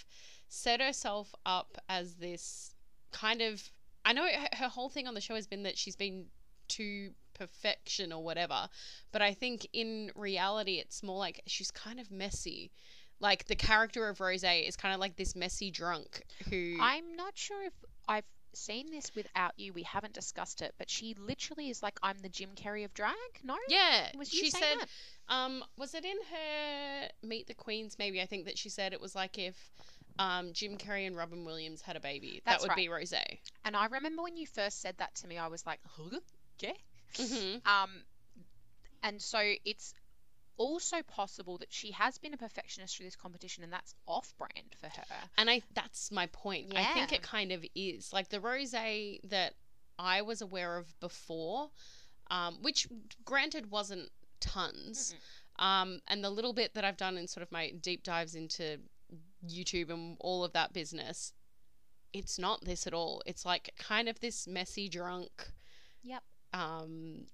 set herself up as this kind of I know her, her whole thing on the show has been that she's been to perfection or whatever, but I think in reality it's more like she's kind of messy. Like the character of Rose is kind of like this messy drunk who
I'm not sure if I've seen this without you. We haven't discussed it, but she literally is like, "I'm the Jim Carrey of drag." No.
yeah,
Was you
she
saying
said
that?
Um, was it in her Meet the Queens? Maybe I think that she said it was like if um, Jim Carrey and Robin Williams had a baby,
That's
that would
right.
be Rose.
And I remember when you first said that to me, I was like, "Huh? yeah.
Mm-hmm.
Um, and so it's also possible that she has been a perfectionist through this competition, and that's off brand for her.
And I that's my point. I think
Yeah.
it kind of is like the Rose that I was aware of before, um, which granted wasn't tons. Um, and the little bit that I've done in sort of my deep dives into YouTube and all of that business, it's not this at all. It's like kind of this messy drunk.
Yep.
Um,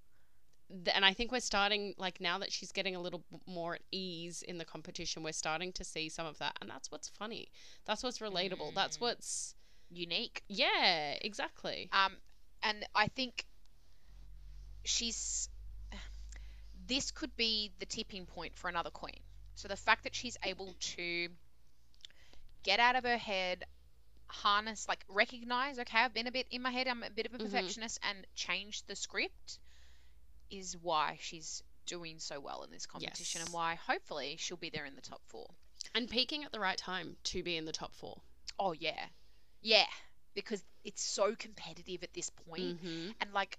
th- and I think we're starting like now that she's getting a little b- more at ease in the competition, we're starting to see some of that, and that's what's funny. That's what's relatable. That's
Mm.
what's
Unique.
yeah, exactly.
Um, and I think she's. This could be the tipping point for another queen. So the fact that she's able to get out of her head, harness, like recognize, okay, I've been a bit in my head, I'm a bit of a
Mhm.
perfectionist, and change the script is why she's doing so well in this competition
Yes.
and why hopefully she'll be there in the top four.
And peaking at the right time to be in the top four.
Oh, yeah. Yeah. Because it's so competitive at this point.
Mm-hmm.
and like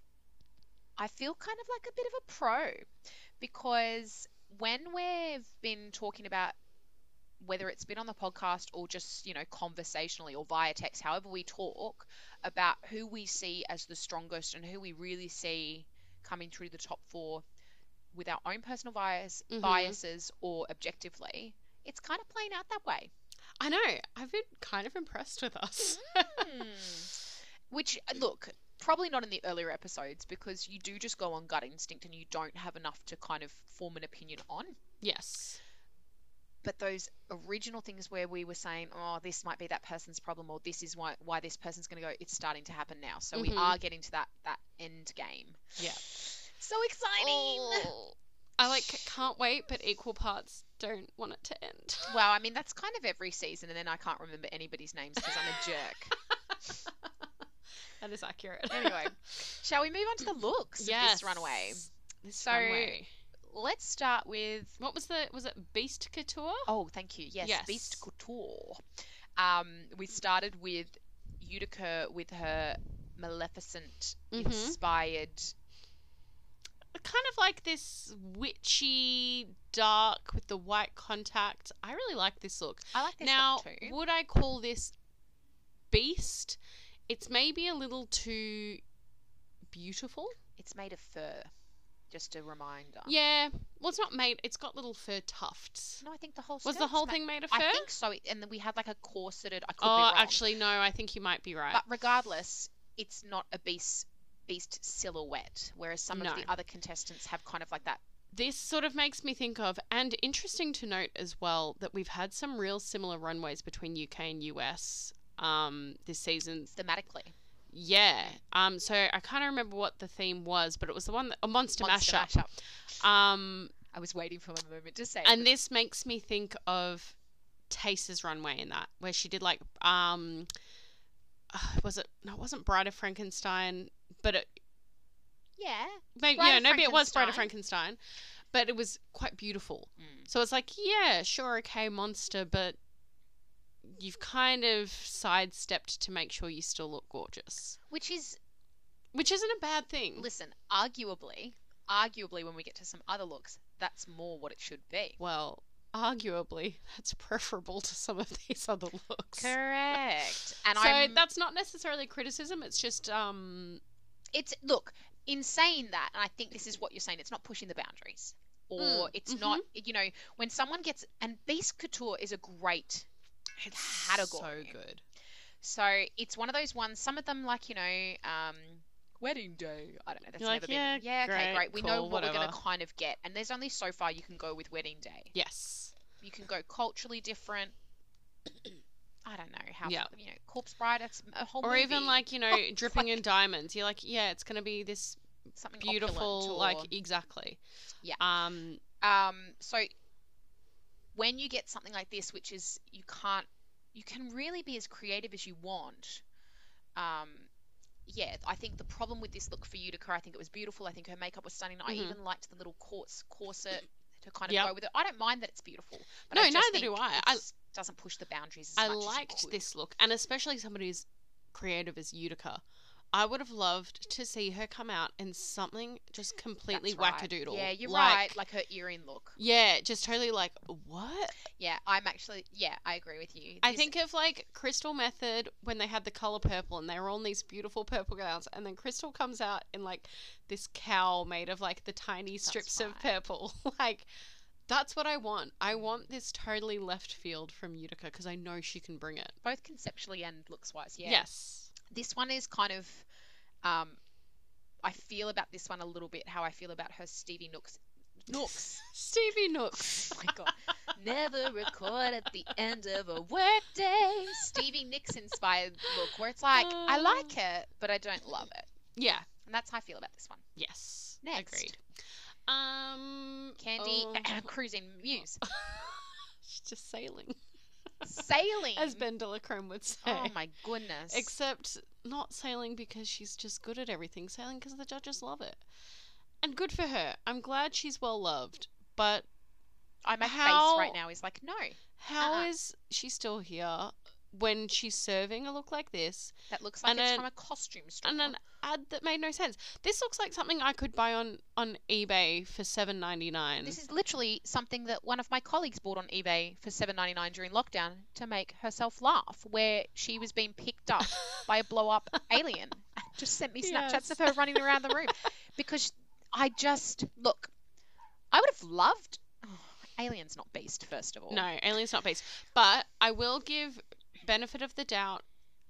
I feel kind of like a bit of a pro because when we've been talking about whether it's been on the podcast or just you know conversationally or via text however we talk about who we see as the strongest and who we really see coming through the top 4 with our own personal bias
Mhm.
biases or objectively it's kind of playing out that way
I know. I've been kind of impressed with us.
Hmm. Which, uh, look, probably not in the earlier episodes because you do just go on gut instinct and you don't have enough to kind of form an opinion on.
yes.
But those original things where we were saying, oh, this might be that person's problem or this is why, why this person's going to go, it's starting to happen now. So we
Mhm.
are getting to that, that end game.
Yeah.
So exciting! Oh.
Oh. I like can't wait, but equal parts don't want it to end.
Well, I mean, that's kind of every season, and then I can't remember anybody's names because I'm a jerk.
That is accurate.
Anyway, shall we move on to the looks of this runaway?
This
So-
runway.
Let's start with
What was the was it Beast Couture?
Oh, thank you. Yes, Beast
Yes.
Couture. Um, we started with Utica with her Maleficent
Mhm.
inspired.
Kind of like this witchy dark with the white contact. I really like this look.
I like this
now,
look too.
would I call this Beast? It's maybe a little too beautiful.
It's made of fur. Just a reminder.
Yeah. Well, it's not made. It's got little fur tufts.
No, I think the whole
Was the
skirt's
whole
ma-
thing made of fur?
I think so. it- And then we had like a corseted. I could be
oh,
wrong.
actually, no. I think you might be right.
But regardless, it's not a beast beast silhouette. Whereas some
No.
of the other contestants have kind of like that.
this sort of makes me think of, and interesting to note as well, that we've had some real similar runways between UK and US um, this season.
Thematically,
Yeah. Um, so I can't remember what the theme was, but it was the one that a monster,
Monster
mashup.
mashup.
Um,
I was waiting for my moment to say. it,
and this makes me think of Tace's runway in that, where she did like, um, uh, was it? No, it wasn't Bride of Frankenstein, but it,
but- yeah.
maybe
Bride
yeah,
of
maybe it was Bride of
Frankenstein.
Frankenstein, but it was quite beautiful.
Mm.
So it's like, yeah, sure, okay, monster, but you've kind of sidestepped to make sure you still look gorgeous.
which is
Which isn't a bad thing.
Listen, arguably, arguably, when we get to some other looks, that's more what it should be.
Well, arguably, that's preferable to some of these other looks.
Correct. And
so
I'm
that's not necessarily criticism. It's just um,
it's look in saying that, and I think this is what you're saying. It's not pushing the boundaries, or
Mm,
it's not you know when someone gets and Beast Couture is a great
it's
Category.
so good.
So it's one of those ones. Some of them, like you know, um, wedding day. I don't know. That's
You're like,
never
"Yeah,
been. Yeah, okay,
great,
great. We know
cool,
what we're gonna
whatever."
kind of get, and there's only so far you can go with wedding day.
Yes.
You can go culturally different. I don't know how.
Yeah.
You know, corpse bride. That's a whole.
Or even
movie, Oh,
like you know, dripping in diamonds. You're like, yeah, it's gonna be this
something opulent
beautiful,
or-
like exactly.
Yeah.
Um.
um so when you get something like this which is you can't you can really be as creative as you want um yeah i think the problem with this look for utica i think it was beautiful i think her makeup was stunning i
Mhm.
even liked the little corse corset to kind of
Yep.
go with it i don't mind that it's beautiful but
No,
I just
neither do
think
I.
it
I-
just doesn't push the boundaries as
I
much as it
liked
could.
this look, and especially somebody as creative as Utica. I would have loved to see her come out in something just
That's
completely
right.
wackadoodle.
yeah you're
Like-
right like her earring look
Yeah, just totally like what?
yeah i'm actually yeah i agree with you
I
This-
think of like Crystal Method when they had the color purple and they were on these beautiful purple gowns, and then Crystal comes out in like this cowl made of like the tiny strips of
right.
purple. like, that's what I want. I want this totally left field from Utica because I know she can bring it.
both conceptually and looks wise yeah
Yes.
this one is kind of um I feel about this one a little bit how I feel about her Stevie Nooks Nooks.
Stevie Nooks.
Oh my god. Never record at the end of a workday. Stevie Nicks inspired look where it's like I like it, but I don't love it.
Yeah.
And that's how I feel about this one.
Yes.
Next.
Agreed. Um.
Candy
oh,
cruising muse.
she's just sailing,
Sailing.
as Ben Delacrome would say.
oh my goodness.
Except not sailing because she's just good at everything, sailing because the judges love it. And good for her. I'm glad she's well loved. But
I my
how-
face right now is like, no,
how is
Uh-uh.
she still here when she's serving a look like this
that looks like
And
it's
a-
from a costume store.
and an ad that made no sense? This looks like something I could buy on, on eBay for seven ninety nine.
This is literally something that one of my colleagues bought on eBay for seven ninety nine during lockdown to make herself laugh, where she was being picked up by a blow up alien. Just sent me Snapchats
Yes.
of her running around the room because I just look. I would have loved oh, aliens, not beast. First of all,
No, alien's not based. But I will give benefit of the doubt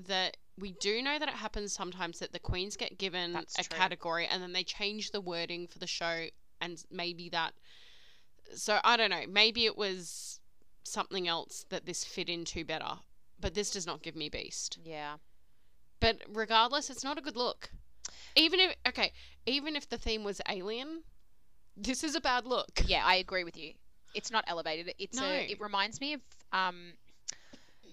that we do know that it happens sometimes that the queens get given
That's
a
true.
category and then they change the wording for the show and maybe that so I don't know, maybe it was something else that this fit into better. But this does not give me beast.
Yeah.
But regardless, it's not a good look. Even if okay, even if the theme was alien, this is a bad look.
Yeah, I agree with you. It's not elevated. It's
No.
a, it reminds me of um,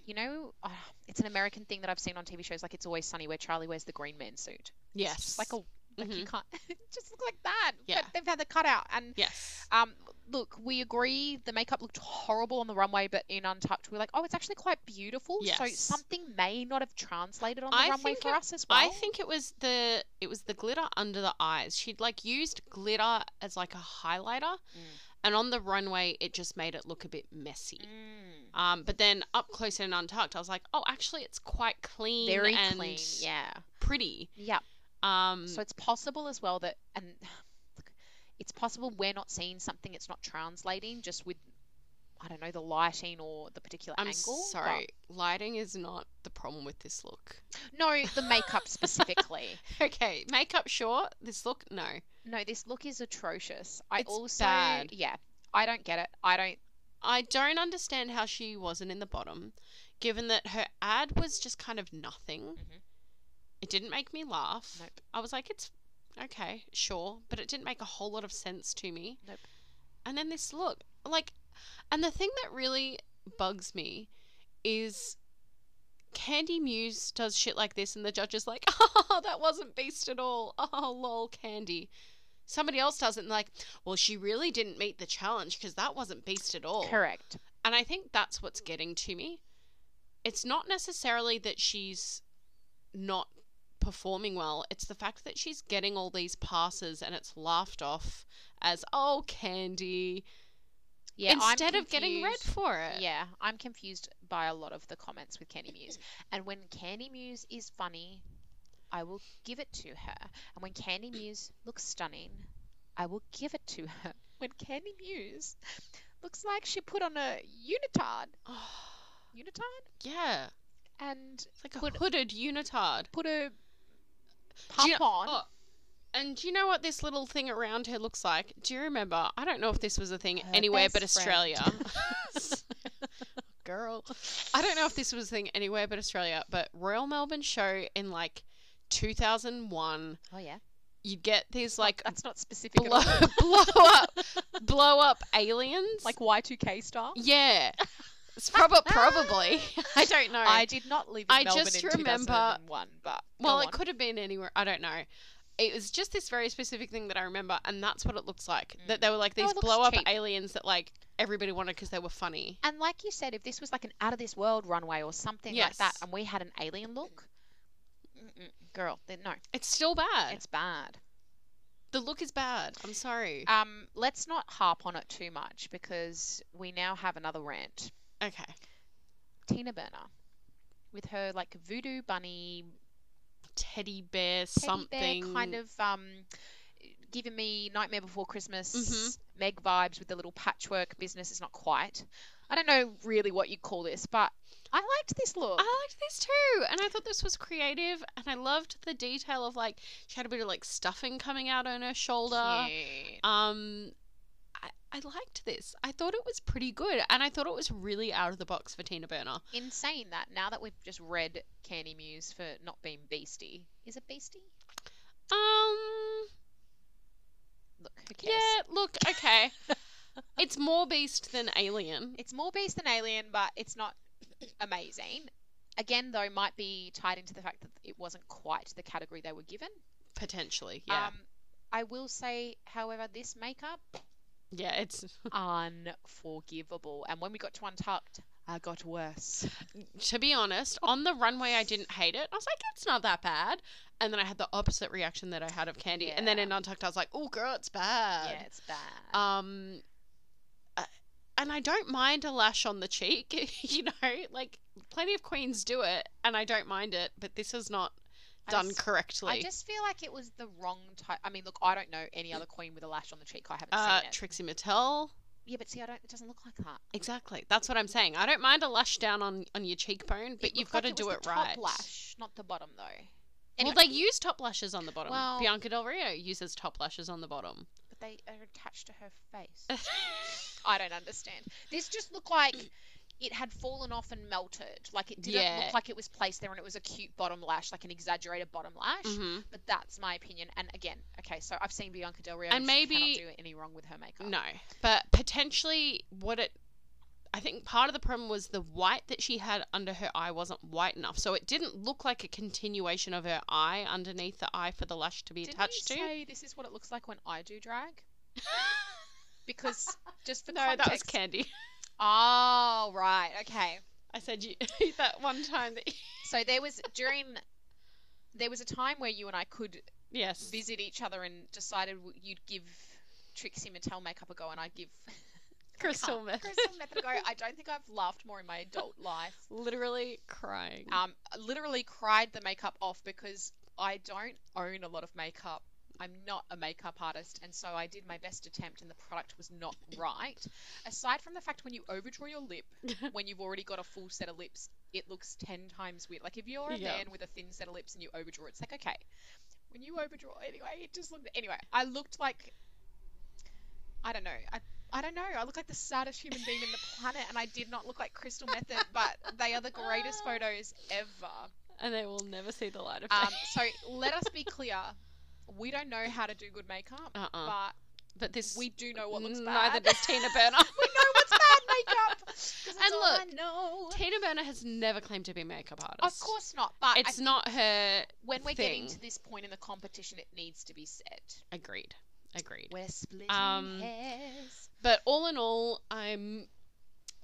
you know, uh, it's an American thing that I've seen on TV shows, like It's Always Sunny, where Charlie wears the green man suit. It's
Yes. Mm-hmm.
just like a like you can't it just look like that.
Yeah.
But they've had the cutout and
Yes.
um look, we agree the makeup looked horrible on the runway, but in Untucked we're like, oh, it's actually quite beautiful. So
Yes.
something may not have translated on the
I
runway
think
for
it-
us as well.
I think it was the it was the glitter under the eyes. She'd like used glitter as like a highlighter,
Mm.
and on the runway it just made it look a bit messy.
Mm.
Um, but then up close and untucked, I was like, oh, actually, it's quite clean,
very
and
clean. Yeah.
pretty.
Yeah.
Um,
So it's possible as well that, and look, it's possible we're not seeing something; it's not translating just with, I don't know, the lighting or the particular
I'm
angle.
sorry, lighting is not the problem with this look.
but- no, the makeup specifically.
Okay, makeup, sure. This look, no.
No, this look is atrocious. I
It's
also,
bad.
yeah, I don't get it. I don't.
I don't understand how she wasn't in the bottom, given that her ad was just kind of nothing.
Mhm.
It didn't make me laugh.
Nope.
I was like, it's okay, sure, but it didn't make a whole lot of sense to me.
Nope.
And then this look, like, and the thing that really bugs me is Candy Muse does shit like this, and the judge is like, oh, that wasn't Beast at all. Oh, lol, Candy. Somebody else does it and like, well, she really didn't meet the challenge because that wasn't Beast at all.
Correct.
And I think that's what's getting to me. It's not necessarily that she's not performing well. It's the fact that she's getting all these passes and it's laughed off as oh candy
Yeah, I'm
instead of getting red
confused.
for it.
Yeah, I'm confused by a lot of the comments with Candy Muse. And when Candy Muse is funny, I will give it to her. And when Candy Muse looks stunning, I will give it to her. When Candy Muse looks like she put on a unitard, unitard,
yeah.
and
It's like a
Put-
hooded unitard.
put a
Do
pump
you know-
on.
oh, and do you know what this little thing around her looks like? Do you remember? I don't know if this was a thing
Her
anywhere
best
but
friend.
Australia. Girl. I don't know if this was a thing anywhere but Australia, but Royal Melbourne Show in like 2001,
Oh yeah,
you'd get these
Not-
like
that's not specific.
blow,
At all.
blow up blow up aliens.
Like Y2K style.
yeah. It's probably probably. I don't know.
I did not live in
I
Melbourne
just
in
remember-
2001, but go
Well,
on.
it could have been anywhere. I don't know. It was just this very specific thing that I remember, and that's what it looks like.
Mm.
That they were
Oh,
like
it
these
looks
blow up
cheap.
aliens that like everybody wanted because they were funny.
And like you said, if this was like an out of this world runway or something like that,
Yes.
and we had an alien look, mm-mm, girl, then no,
It's still bad.
it's bad.
the look is bad. I'm sorry.
Um, let's not harp on it too much because we now have another rant.
okay.
Tina Burner, with her like voodoo bunny
Teddy bear
teddy
something.
bear kind of um, giving me Nightmare Before Christmas
Mhm.
Meg vibes with the little patchwork business. It's not quite. I don't know really what you call this, but I liked this look.
I liked this too, and I thought this was creative, and I loved the detail of like she had a bit of like stuffing coming out on her shoulder.
Cute.
Um, I, I liked this. I thought it was pretty good, and I thought it was really out of the box for Tina Burner.
in saying that, now that we've just read Candy Muse for not being beastie, is it beastie?
Um,
Look, who cares?
yeah, look, okay. it's more beast than alien.
It's more beast than alien, but it's not amazing. Again, though, might be tied into the fact that it wasn't quite the category they were given.
Potentially, yeah.
Um, I will say, however, this makeup
yeah, it's
unforgivable. And when we got to Untucked, I got worse.
to be honest, on the runway I didn't hate it. I was like, it's not that bad. And then I had the opposite reaction that I had of Candy. And then
Yeah.
in Untucked I was like, oh girl, it's
yeah,
bad.
it's bad.
Um uh, and I don't mind a lash on the cheek, you know, like plenty of queens do it, and I don't mind it, but this is not
I
done
just-
correctly.
I just feel like it was the wrong type. I mean, look, I don't know any other queen with a lash on the cheek. I haven't
uh,
seen it.
Trixie Mattel,
Yeah, but see, I don't. It doesn't look like that.
Exactly. That's what I'm saying. I don't mind a lash down on, on your cheekbone, but
It looked
you've got
like
to do
was
it
the
right.
Top lash, not the bottom though.
Well,
Anyway,
they use top lashes on the bottom.
Well-
Bianca Del Rio uses top lashes on the bottom. Mm-hmm.
but they are attached to her face. Uh, I don't understand. This just looked like it had fallen off and melted. Like it didn't
Yeah.
look like it was placed there, and it was a cute bottom lash, like an exaggerated bottom lash.
Mhm.
But that's my opinion. And again, okay, so I've seen Bianca Del Rio,
And
she
maybe-
cannot do any wrong with her makeup.
No, but potentially what it. I think part of the problem was the white that she had under her eye wasn't white enough, so it didn't look like a continuation of her eye underneath the eye for the lash to be
Didn't
attached
you
to.
say this is what it looks like when I do drag? Because just for
no,
context,
that was Candy.
Oh right, okay.
I said you that one time that
So there was during there was a time where you and I could
yes,
visit each other and decided w- you'd give Trixie Mattel makeup a go, and I'd give
crystal meth,
Crystal Meth a go. I don't think I've laughed more in my adult life.
literally crying.
Um, I literally cried the makeup off because I don't own a lot of makeup. I'm not a makeup artist, and so I did my best attempt, and the product was not right. Aside from the fact when you overdraw your lip,
Ah.
when you've already got a full set of lips, it looks ten times weird. Like if you're a
Yeah.
man with a thin set of lips and you overdraw, it's like okay. When you overdraw, anyway, it just looked. Anyway, I looked like I don't know. I I don't know. I look like the saddest human being in the planet, and I did not look like Crystal Method, but they are the greatest photos ever.
and they will never see the light of day.
Um, so let us be clear: we don't know how to do good makeup,
uh uh
but
But this
we do know what looks
neither
bad.
does Tina Burner.
we know what's bad makeup. 'cause it's
And
all I
look,
know.
Tina Burner has never claimed to be a makeup
Of
artist.
course not, but I
it's not her.
when we're getting
thing.
to this point in the competition, it needs to be said.
Agreed, agreed.
We're splitting
Um,
hairs.
But all in all, I'm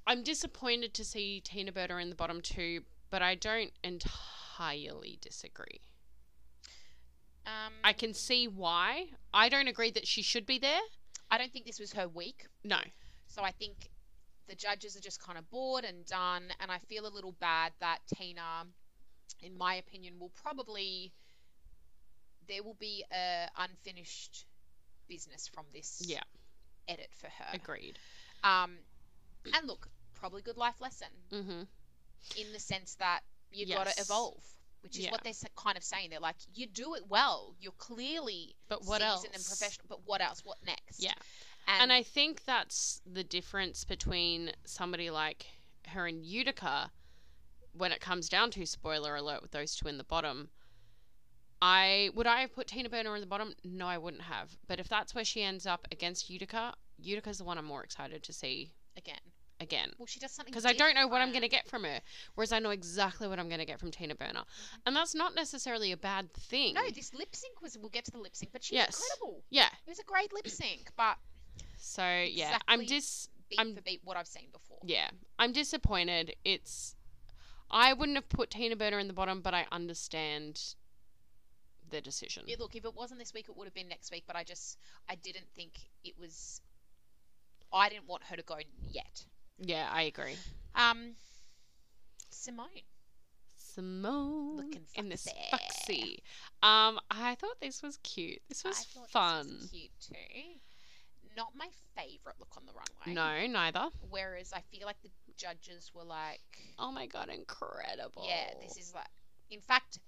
I'm disappointed to see Tina Burner in the bottom two, but I don't entirely disagree.
Um,
I can see why. I don't agree that she should be there.
I don't think this was her week.
No.
So I think the judges are just kind of bored and done. And I feel a little bad that Tina, in my opinion, will probably there will be a unfinished business from this
Yeah,
edit for her.
agreed.
Um, and look, probably good life lesson
Mm-hmm.
in the sense that you got
Yes.
to evolve. Which is
Yeah.
what they're s- kind of saying. They're like, you do it well. You're clearly
But what else?
seasoned and professional. But what else? What next?
Yeah. And I think that's the difference between somebody like her and Utica when it comes down to spoiler alert with those two in the bottom. I would I have put Tina Burner in the bottom? No, I wouldn't have. But if that's where she ends up against Utica, Utica's the one I'm more excited to see
again,
again.
well, she does something
because I don't know what I'm going
different.
to get from her. Whereas I know exactly what I'm going to get from Tina Burner, and that's not necessarily a bad thing.
No, this lip sync was. We'll get to the lip sync, but she's
Yes. Mm.
incredible.
yeah.
It was a great lip sync, but
So yeah, I'm
Exactly.
just
beat
I'm-
for beat what I've seen before.
yeah, I'm disappointed. It's I wouldn't have put Tina Burner in the bottom, but I understand the decision.
Yeah, Look, if it wasn't this week, it would have been next week. But I just, I didn't think it was. I didn't want her to go yet.
yeah, I agree.
Um, Simone.
Simone
Looking
in this
foxy.
foxy. Um, I thought this was cute. This
I
was
thought this
fun.
was cute too. Not my favorite look on the runway.
No, neither.
Whereas I feel like the judges were like,
Oh my god, incredible.
Yeah, this is like. In fact,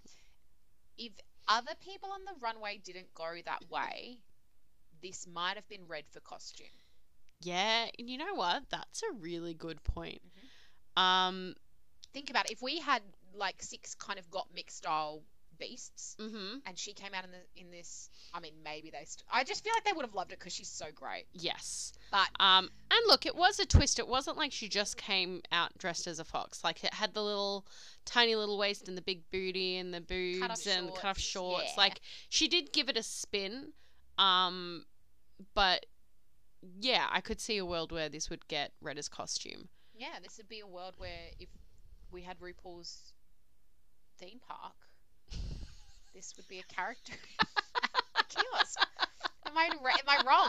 if other people on the runway didn't go that way, this might have been red for costume.
Yeah, and you know what? That's a really good point.
Mm-hmm.
Um,
Think about it. If we had like six kind of got mixed style beasts,
hmm
and she came out in the in this, I mean, maybe they. St- I just feel like they would have loved it because she's so great.
yes.
But-
um, and look, it was a twist. It wasn't like she just came out dressed as a fox. Like it had the little tiny little waist and the big booty and the boobs
Cut-off
and cut off
shorts,
shorts.
yeah.
Like she did give it a spin. Um, but yeah, I could see a world where this would get red as costume.
Yeah, this would be a world where if we had RuPaul's theme park, this would be a character. a kiosk. Am I ra- am I wrong?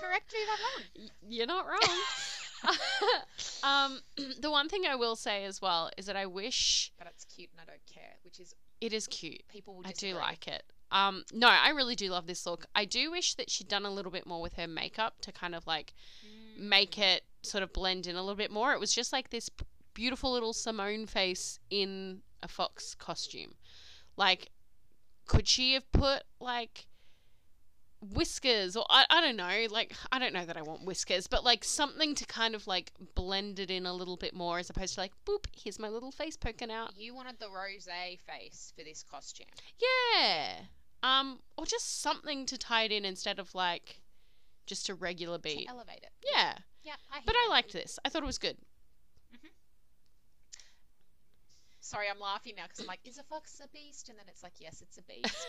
Correct me if I'm wrong.
Y- You're not wrong. um, the one thing I will say as well is that I wish
but it's cute and I don't care, which is
it is cute.
people will
I
disagree.
do like it. Um, no, I really do love this look. I do wish that she'd done a little bit more with her makeup to kind of like
Mm.
make it sort of blend in a little bit more. It was just like this p- beautiful little Simone face in a fox costume. Like, could she have put like whiskers or I, I don't know like i don't know that i want whiskers but like something to kind of like blend it in a little bit more as opposed to like boop here's my little face poking out
You wanted the rose face for this costume.
yeah. Um, or just something to tie it in instead of like just a regular beat.
To elevate it.
Yeah.
Yeah, I hear
But I
you.
liked this. I thought it was good.
Sorry, I'm laughing now because I'm like, is a fox a beast? And then it's like, yes, it's a beast.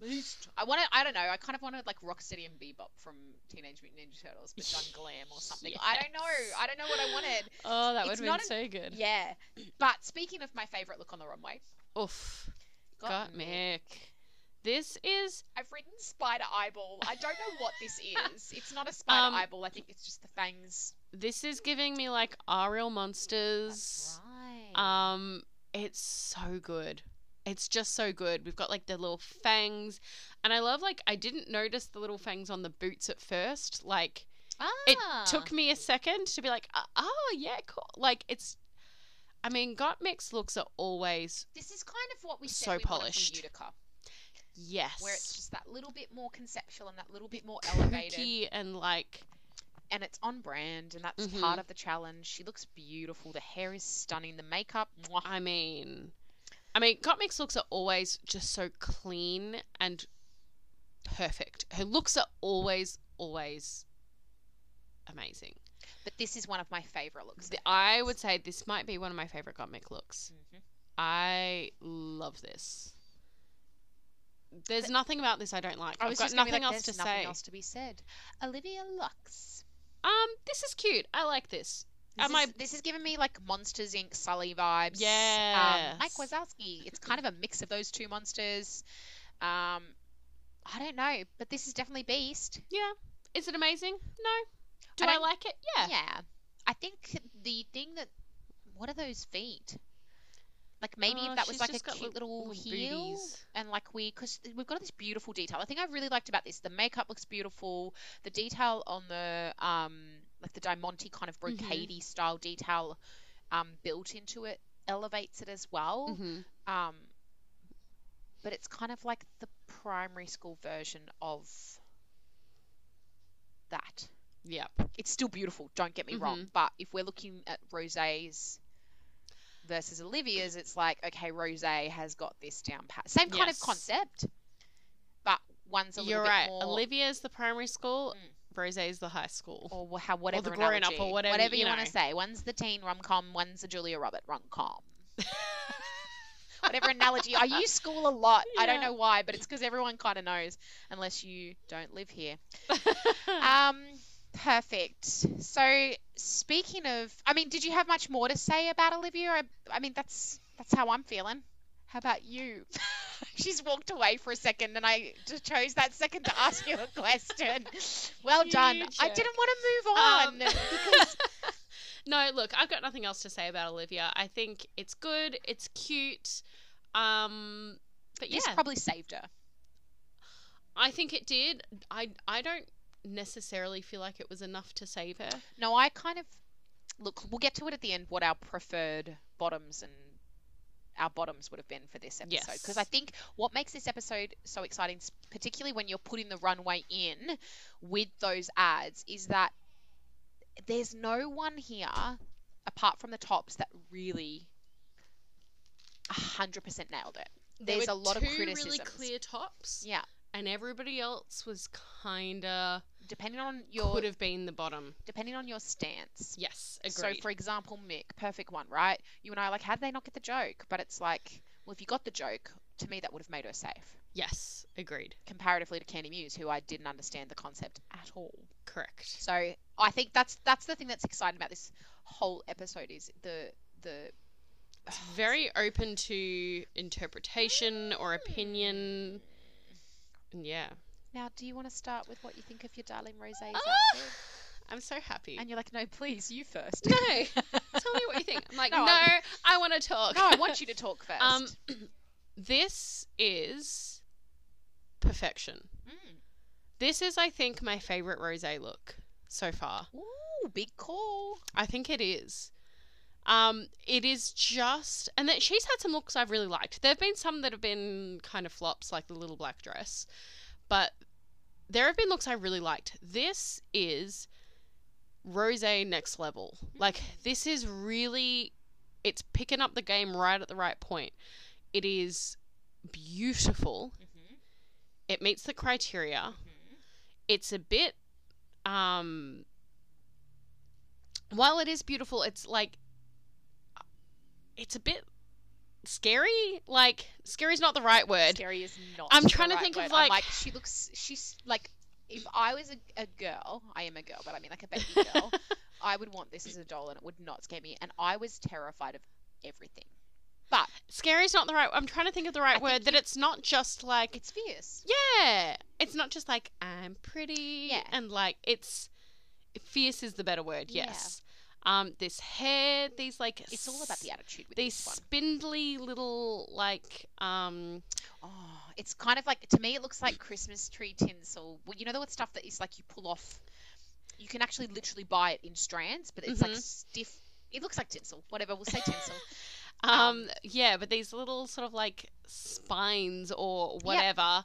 beast. I want to. I don't know. I kind of wanted like Rocksteady and Bebop from Teenage Mutant Ninja Turtles, but done glam or something. I don't know.
Yes.
I don't know what I wanted.
Oh, that
It's
would have
not
been so good.
Yeah. But speaking of my favorite look on the runway,
Oof. Got, Mick. This is
I've written spider eyeball. I don't know what this is. It's not a spider
Um,
eyeball. I think it's just the fangs.
this is giving me like Ariel monsters.
right.
Um, it's so good. It's just so good. We've got like the little fangs, and I love like I didn't notice the little fangs on the boots at first. Like it
Ah,
took me a second to be like, "Uh, oh yeah, cool. Like it's, I mean, got mix looks are always
This is kind of what we said
So
we wanted
polished.
from Utica,
yes,
where it's just that little bit more conceptual and that little bit more elevated,
kooky and like
and it's on brand, and that's
Mhm.
part of the challenge. She looks beautiful. The hair is stunning. The makeup, mwah.
I mean, I mean, got mix looks are always just so clean and perfect. Her looks are always always amazing.
but this is one of my favorite looks.
The- I would say this might be one of my favorite got mix looks.
hmm
I love this. There's nothing about this I don't like.
I
I've
was
got
just gonna be
nothing
like,
else to
"There's nothing
say.
else to be said. Olivia Lux.
Um, this is cute. I like this.
This,
Am I-
is, this is giving me like Monsters Inc. Sully vibes. Um, Mike
Yes.
Wazowski. It's kind of a mix of those two monsters. Um, I don't know, but this is definitely Beast.
Yeah. Is it amazing? No. Do
I
I,
don't-
like it? Yeah.
I think the thing that what are those feet? Like maybe
Oh,
if that was
she's
like a
just got
cute
lit-
little,
little
heel,
booties.
and like we, because we've got this beautiful detail. I think I really liked about this. The makeup looks beautiful. The detail on the um, like the diamante kind of
Mhm.
brocadey style detail, um, built into it elevates it as well.
Mhm.
Um, but it's kind of like the primary school version of that.
Yep.
It's still beautiful, don't get me
Mm-hmm.
wrong. But if we're looking at Rose's versus Olivia's, it's like, okay, Rose has got this down pat. Same kind
Yes.
of concept, but one's a little
You're
bit
right.
more.
Olivia's the primary school,
Mm. Oh.
Rose's the high school.
or wha- how, whatever
grown up
analogy,
or whatever, you
you, want
know.
to say. One's the teen rom com, one's the Julia Robert rom com. whatever analogy. I use school a lot. I don't
Yeah.
know why, but it's because everyone kind of knows, unless you don't live here. Um, perfect. So speaking of, I mean, did you have much more to say about Olivia? I, I mean, that's that's how I'm feeling. How about you? She's walked away for a second, and I just chose that second to ask you a question. Well
You
done. I
jerk.
didn't want to
Um,
move on because
no, look, I've got nothing else to say about Olivia. I think it's good, it's cute. Um, but
this
yeah,
probably saved her.
I think it did. I I don't necessarily feel like it was enough to save her.
No, I kind of look. We'll get to it at the end. What our preferred bottoms and our bottoms would have been for this episode, because
Yes.
I think what makes this episode so exciting, s- particularly when you're putting the runway in with those ads, is that there's no one here apart from the tops that really 100% nailed it.
There
There's
were
a lot of
two really
criticisms.
clear tops,
Yeah,
and everybody else was kinda
depending on your
could have been the bottom.
depending on your stance.
Yes, agreed.
So, for example, Mick, perfect one, right? You and I are like, how did they not get the joke? But it's like, well, if you got the joke, to me, that would have made her safe,
yes, agreed.
comparatively to Candy Muse, who I didn't understand the concept at all.
Correct.
So, I think that's that's the thing that's exciting about this whole episode is the the
It's very open to interpretation or
Hmm.
opinion. Yeah.
now. Do you want to start with what you think of your darling Rose's
Ah!
outfit?
I'm so happy.
And you're like, no, please, you first.
No, tell me what you think. I'm like,
No,
no,
I-
I, want to talk.
no, I want you to talk first.
Um, this is perfection.
Mm.
This is, I think, my favorite rose look so far.
Ooh, big call.
I think it is. Um, it is just, and that she's had some looks I've really liked. There have been some that have been kind of flops, like the little black dress, but there have been looks I really liked. This is rose next level. Like this is really, it's picking up the game right at the right point. It is beautiful.
Mm-hmm.
It meets the criteria
Mm-hmm.
it's a bit um while it is beautiful it's like it's a bit scary like scary is not the right word
Scary is not.
I'm
the
trying to
right
think
word.
of,
I'm
like-
she looks. She's like, if I was a, a girl, I am a girl, but I mean like a baby girl. I would want this as a doll, and it would not scare me. And I was terrified of everything. But
scary is not the right i'm trying to think of the
I
right
think
word that it's not just like
it's fierce.
yeah it's not just like i'm pretty
Yeah.
and like it's fierce is the better word
Yeah.
yes um this hair these like
It's all about the attitude with
these
this one.
spindly little like um
Oh, it's kind of like to me, it looks like Christmas tree tinsel. Well, you know the stuff that is like you pull off. You can actually literally buy it in strands, but it's like
Mhm.
stiff. It looks like tinsel. Whatever, we'll say tinsel.
Um, yeah, but these little sort of like spines or whatever.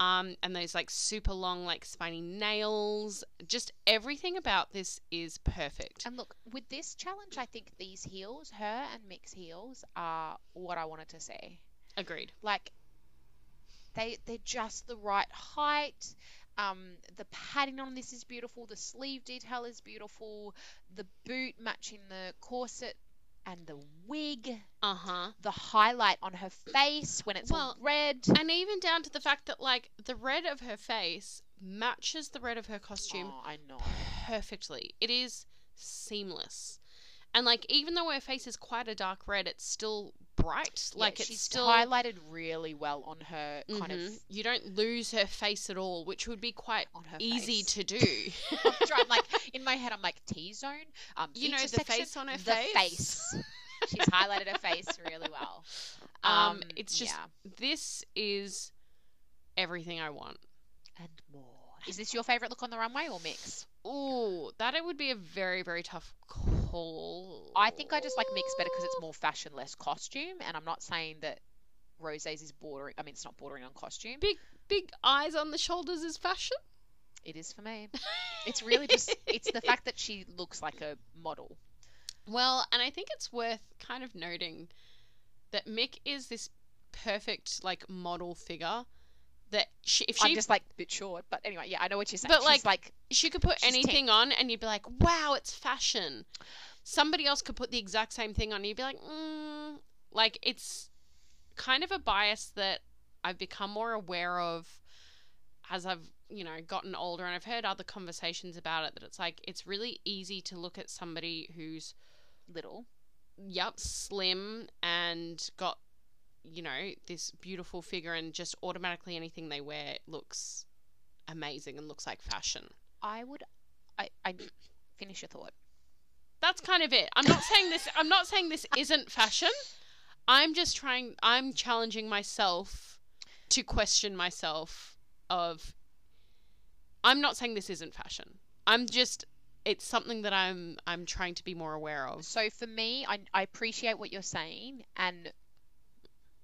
Um, and those like super long, like spiny nails. Just everything about this is perfect.
And look, with this challenge, I think these heels, her and Mick's heels, are what I wanted to say.
Agreed.
Like, they they're just the right height. Um, the padding on this is beautiful. The sleeve detail is beautiful. The boot matching the corset and the wig.
Uh huh.
The highlight on her face when it's all
Well, Oh,
red.
And even down to the fact that like the red of her face matches the red of her costume
Oh, I know.
perfectly. It is seamless. And like even though her face is quite a dark red, it's still bright. Like
yeah,
it's
she's
still
highlighted really well on her kind of
Mhm. you don't lose her face at all, which would be quite
on her
easy
face.
to do.
I'm like in my head, I'm like T zone. Um,
You know, the
intersection,
face on her
the
face.
face. She's highlighted her face really well.
Um, it's just
yeah.
this is everything I want.
and more. Is this your favorite look on the runway or mix?
Ooh, that it would be a very very tough call.
I think I just like mix better because it's more fashion, less costume. And I'm not saying that Rose's is bordering. I mean, it's not bordering on costume.
Big- big eyes on the shoulders is fashion.
It is for me. It's really just it's the fact that she looks like a model.
Well, and I think it's worth kind of noting that Mick is this perfect like model figure that she if
I'm
she
just like a bit short, but anyway, yeah, I know what you're saying.
But,
She's
like,
like,
she could put
she's
anything on and you'd be like, "Wow, it's fashion." Somebody else could put the exact same thing on and you'd be like, mm. like it's kind of a bias that I've become more aware of as I've, you know, gotten older and I've heard other conversations about it that it's like it's really easy to look at somebody who's
little.
yep, slim and got, you know, this beautiful figure, and just automatically anything they wear looks amazing and looks like fashion.
I would, I, I finish your thought.
That's kind of it. I'm not saying this. I'm not saying this isn't fashion. I'm just trying. I'm challenging myself to question myself. Of, I'm not saying this isn't fashion. I'm just. It's something that I'm. I'm trying to be more aware of.
So for me, I, I appreciate what you're saying, and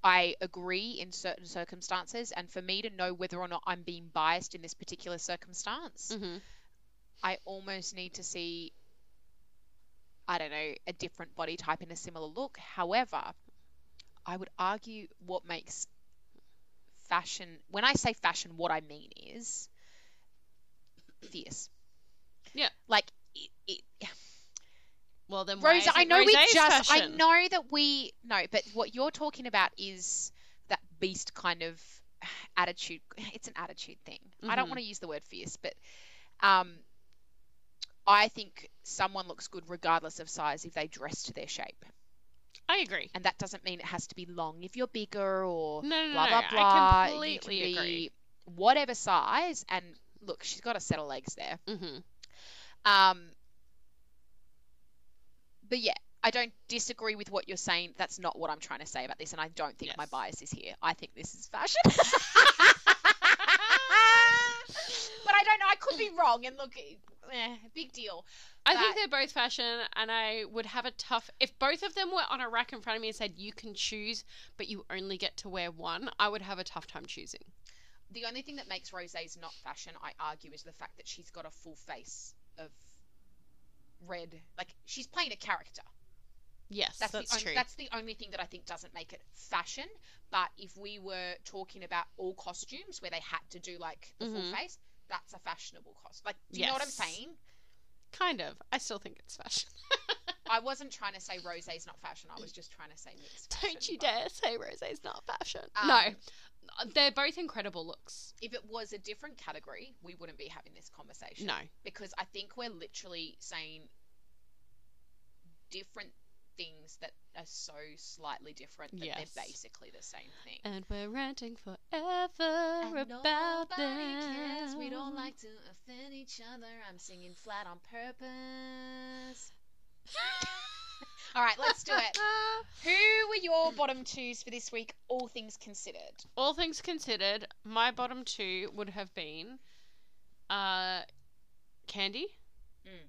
I agree in certain circumstances. And for me to know whether or not I'm being biased in this particular circumstance,
Mm-hmm.
I almost need to see, I don't know, a different body type in a similar look. However, I would argue what makes fashion, when I say fashion, what I mean is fierce.
Yeah.
Like, it, it,
Well, then, why
Rosa, I
isn't
know we
Rosé's
just, I
fashion?
know that we, no, but what you're talking about is that beast kind of attitude. It's an attitude thing. I
Mhm.
don't want to use the word fierce, but um, I think someone looks good regardless of size if they dress to their shape.
I agree.
And that doesn't mean it has to be long if you're bigger or
No, no,
blah,
no,
blah,
no,
blah. You
I
can
completely
be
agree.
Whatever size. And look, she's got a set of legs there.
Mm-hmm.
Um, but yeah, I don't disagree with what you're saying. That's not what I'm trying to say about this, and I don't think my
Yes.
bias is here. I think this is fashion. but I don't know. I could be wrong, and look, eh, big deal.
I think
But-
they're both fashion, and I would have a tough if both of them were on a rack in front of me and said you can choose, but you only get to wear one. I would have a tough time choosing.
The only thing that makes Rosé's not fashion, I argue, is the fact that she's got a full face of red. Like she's playing a character.
Yes, that's,
That's, the only,
true.
That's the only thing that I think doesn't make it fashion. But if we were talking about all costumes where they had to do like the full
Mhm.
face, that's a fashionable costume. Like, do you know what I'm
Yes.
saying?
Kind of. I still think it's fashion.
I wasn't trying to say rosé's not fashion. I was just trying to say mixed fashion.
Don't you
but
dare say Rosé's not fashion.
Um,
no, they're both incredible looks.
If it was a different category, we wouldn't be having this conversation.
No,
Because I think we're literally saying different things that are so slightly different that
Yes.
they're basically the same thing.
and we're ranting forever about them.
We don't like to offend each other. I'm singing flat on purpose. All right, let's do it. Who were your bottom twos for this week, all things considered?
all things considered, my bottom two would have been uh, Candy
Mm.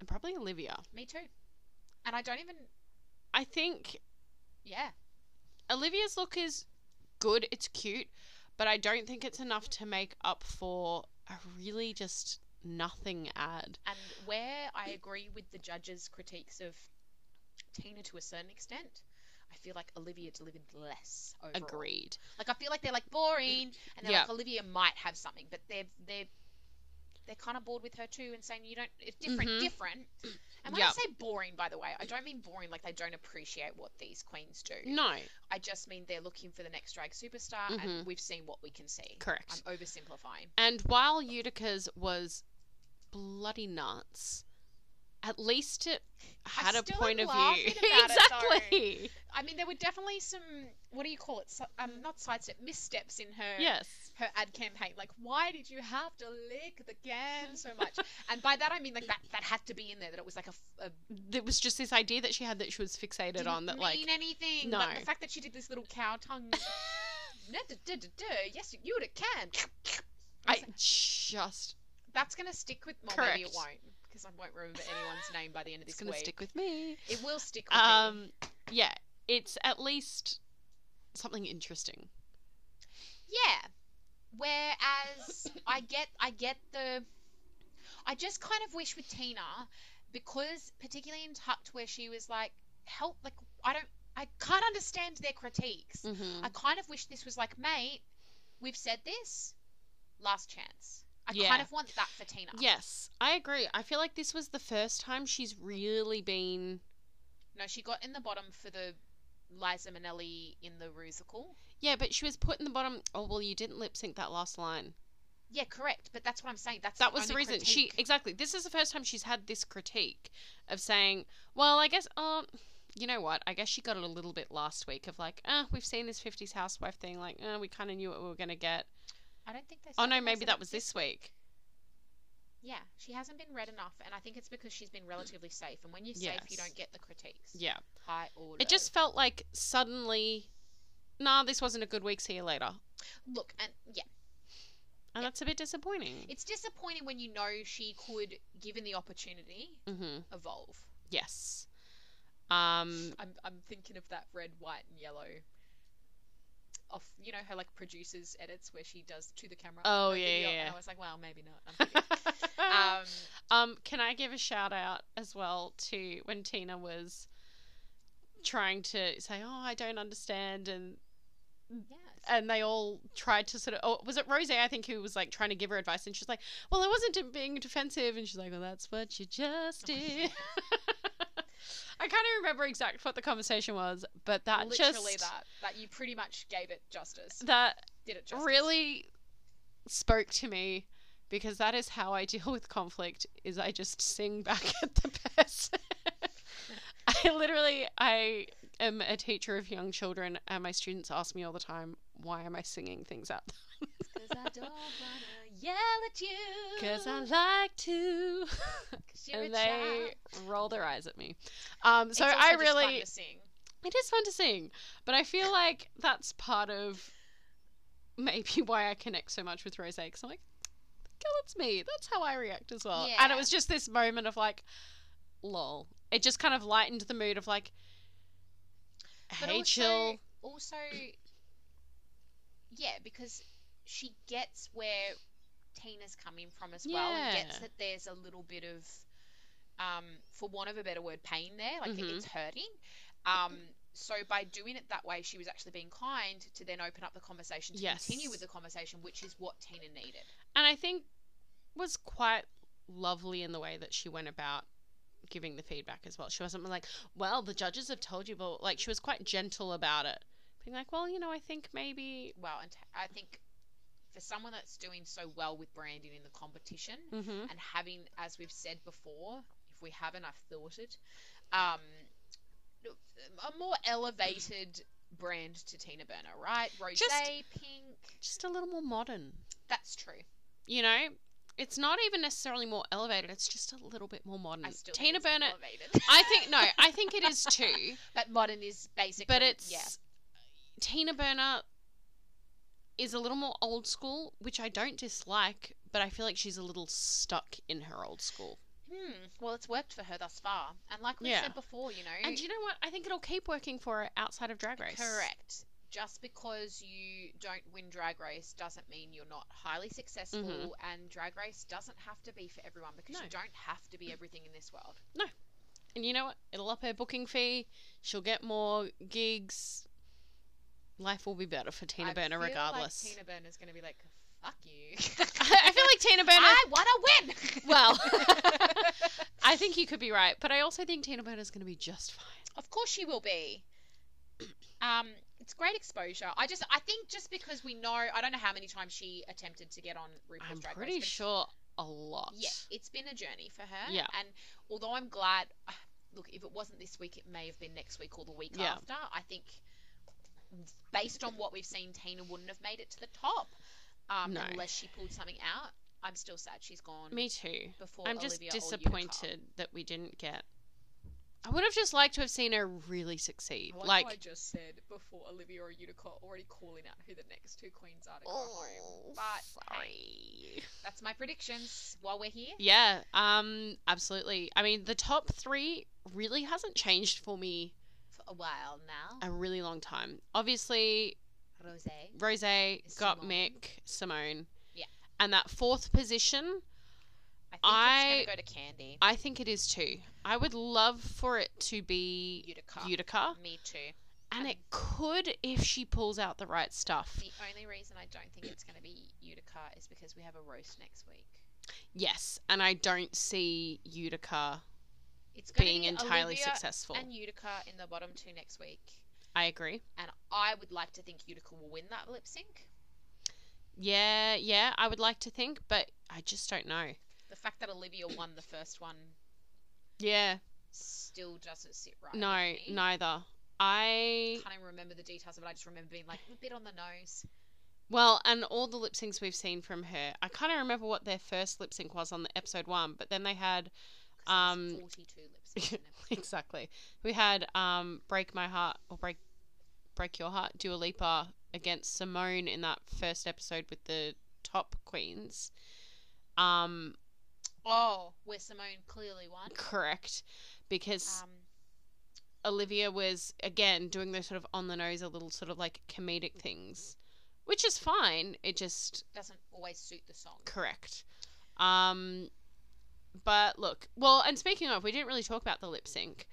and probably Olivia.
Me too. And I don't even.
I think
Yeah.
Olivia's look is good, it's cute, but I don't think it's enough to make up for a really just nothing ad.
And where I agree with the judges' critiques of Tina to a certain extent, I feel like Olivia delivered less overall.
Agreed.
Like I feel like they're like boring, and they're
Yeah.
like Olivia might have something, but they're they're they're kind of bored with her too, and saying you don't it's different,
Mhm.
different. And when
Yeah.
I say boring, by the way, I don't mean boring like they don't appreciate what these queens do.
No,
I just mean they're looking for the next drag superstar,
Mhm.
and we've seen what we can see.
correct.
I'm oversimplifying.
And while Utica's was bloody nuts, at least it had a
still
point
am
of
laughing
view.
about it, though.
exactly.
I mean, there were definitely some what do you call it? So, um, not sidestep, missteps in her
Yes.
her ad campaign. Like, why did you have to lick the can so much? and by that I mean like that that had to be in there. That it was like a, f- a
It was just this idea that she had that she was fixated
didn't
on that,
mean
like,
anything.
no.
But the fact that she did this little cow tongue. "No, duh, duh, duh, duh, yes, you would have can.
I just
That's gonna stick with. Well, maybe it
Correct.
won't because I won't remember anyone's name by the end of
it's
this
gonna
week.
stick with me.
It will stick with me.
Um, yeah, it's at least something interesting.
Yeah. Whereas I get I get the I just kind of wish with Tina because particularly in Tucked where she was like help like I don't I can't understand their critiques.
Mm-hmm.
I kind of wish this was like mate we've said this last chance. I
Yeah.
kind of want that for Tina.
Yes, I agree. I feel like this was the first time she's really been.
No, she got in the bottom for the Liza Minnelli in the Rusical.
Yeah, but she was put in the bottom. Oh well, you didn't lip sync that last line.
Yeah, correct. But that's what I'm saying. That's
That was the
only
reason
critique.
she exactly. This is the first time she's had this critique of saying, "Well, I guess, um, you know what? I guess she got it a little bit last week of like, uh, we've seen this '50s housewife thing. Like, uh, we kind of knew what we were gonna get.
I don't think they
Oh
said
no,
they
maybe
said
that
it
was this week.
Yeah, she hasn't been read enough, and I think it's because she's been relatively safe. And when you're safe, you
Yes.
don't get the critiques.
Yeah.
High or low.
It just felt like suddenly, nah, this wasn't a good week. See you later.
look and yeah,
And that's a bit disappointing.
it's disappointing when you know she could, given the opportunity,
mm-hmm.
evolve.
Yes. Um.
I'm I'm thinking of that red, white, and yellow. Off, you know her like producers edits where she does to the camera.
Oh,
her
yeah,
video,
yeah,
And
yeah.
I was like, well, maybe not. I'm kidding. um,
um. Can I give a shout out as well to when Tina was trying to say, "Oh, I don't understand," and
yes.
and they all tried to sort of. Oh, was it Rosie? I think who was like trying to give her advice, and she's like, "Well, I wasn't being defensive," and she's like, "Well, that's what you just did." I can't even remember exact what the conversation was, but that
Literally
Uh, just
that. That you pretty much gave it justice.
that
Did it justice.
really spoke to me because that is how I deal with conflict is I just sing back at the person. I literally I am a teacher of young children and my students ask me all the time why am I singing things out
Cause I don't wanna yell at you.
because I like to
'cause you're a
and they
child.
roll their eyes at me. Um so
It's also
I
just fun
really
to sing.
It is fun to sing, but I feel like that's part of maybe why I connect so much with Rose because I'm like, girl, that's me. That's how I react as well. And it
Yeah.
was just this moment of like, lol. It just kind of lightened the mood of like,
But
hey,
also,
chill.
Also, yeah, because she gets where Tina's coming from as well, and gets
Yeah.
that there's a little bit of, um, for want of a better word, pain there. Like
Mhm.
it's hurting. Um, so by doing it that way, she was actually being kind to then open up the conversation to continue
Yes.
with the conversation, which is what Tina needed.
And I think was quite lovely in the way that she went about giving the feedback as well. She wasn't like, well, the judges have told you, but like, she was quite gentle about it. Being like, well, you know, I think maybe.
Well, and t- I think for someone that's doing so well with branding in the competition,
Mm-hmm.
and having, as we've said before, if we haven't, I've thought it, um, a more elevated brand to Tina Burner, right? Rosé, pink.
Just a little more modern.
That's true.
you know it's not even necessarily more elevated it's just a little bit more modern
I still think
Mm, tina
it's
burner
elevated.
i think no i think it is too
but modern is basically.
but it's
yeah.
tina burner is a little more old school which i don't dislike but i feel like she's a little stuck in her old school
Hmm. Well, it's worked for her thus far, and like we
Yeah.
said before, you know,
and do you know what i think it'll keep working for her outside of drag race
Correct. Just because you don't win Drag Race doesn't mean you're not highly successful,
Mhm.
and Drag Race doesn't have to be for everyone because
No.
you don't have to be everything in this world.
and you know what it'll up her booking fee she'll get more gigs life will be better for tina
I
burner
feel like
regardless
Tina Burner's going to be like, fuck you.
I feel like Tina Burner
I want to win!
Well, I think you could be right, but I also think Tina Burner's going to be just fine.
of course she will be. Um, it's great exposure. I just, I think just because we know, I don't know how many times she attempted to get on RuPaul's
I'm
Drag
pretty
Race.
sure. a lot.
Yeah, it's been a journey for her.
Yeah.
And although I'm glad, look, if it wasn't this week, it may have been next week or the week
Yeah.
after. I think based on what we've seen, Tina wouldn't have made it to the top um,
No.
unless she pulled something out. I'm still sad she's gone.
Me too.
Before
I'm just
Olivia or Utica.
disappointed that we didn't get. I would have just liked to have seen her really succeed.
I like,
like,
how I just said before Olivia or Utica already calling out who the next two queens are to go home.
oh,
but,
sorry.
That's my predictions while we're here.
Yeah, um, absolutely. I mean, the top three really hasn't changed for me
For a while now.
a really long time. Obviously,
Rose.
Rose got
Simone.
Mick, Simone.
Yeah.
And that fourth position,
I think
I-
it's going to go to Candy.
I think it is too. I would love for it to be
Utica.
Utica,
Me too.
and it could if she pulls out the right stuff.
The only reason I don't think it's going to be Utica is because we have a roast next week.
Yes, and I don't see Utica
It's going
being
to be
entirely
Olivia
successful.
and Utica in the bottom two next week.
I agree.
And I would like to think Utica will win that lip sync.
Yeah, yeah, I would like to think, but I just don't know.
The fact that Olivia won the first one
Yeah,
still doesn't sit right.
no,
with me.
neither. I
Can't even remember the details of it. I just remember being like a bit on the nose.
well, and all the lip syncs we've seen from her, I can't remember what their first lip sync was on the episode one, but then they had
'cause there was
Um,
42 lip syncs. in it.
exactly. We had um break my heart or break break your heart. Dua Lipa against Simone in that first episode with the top queens. Um,
Oh, where Simone clearly won.
correct, because
Um,
Olivia was again doing those sort of on the nose, a little sort of like comedic things, which is fine. It just
doesn't always suit the song.
correct. Um, but look, well, and speaking of, we didn't really talk about the lip sync.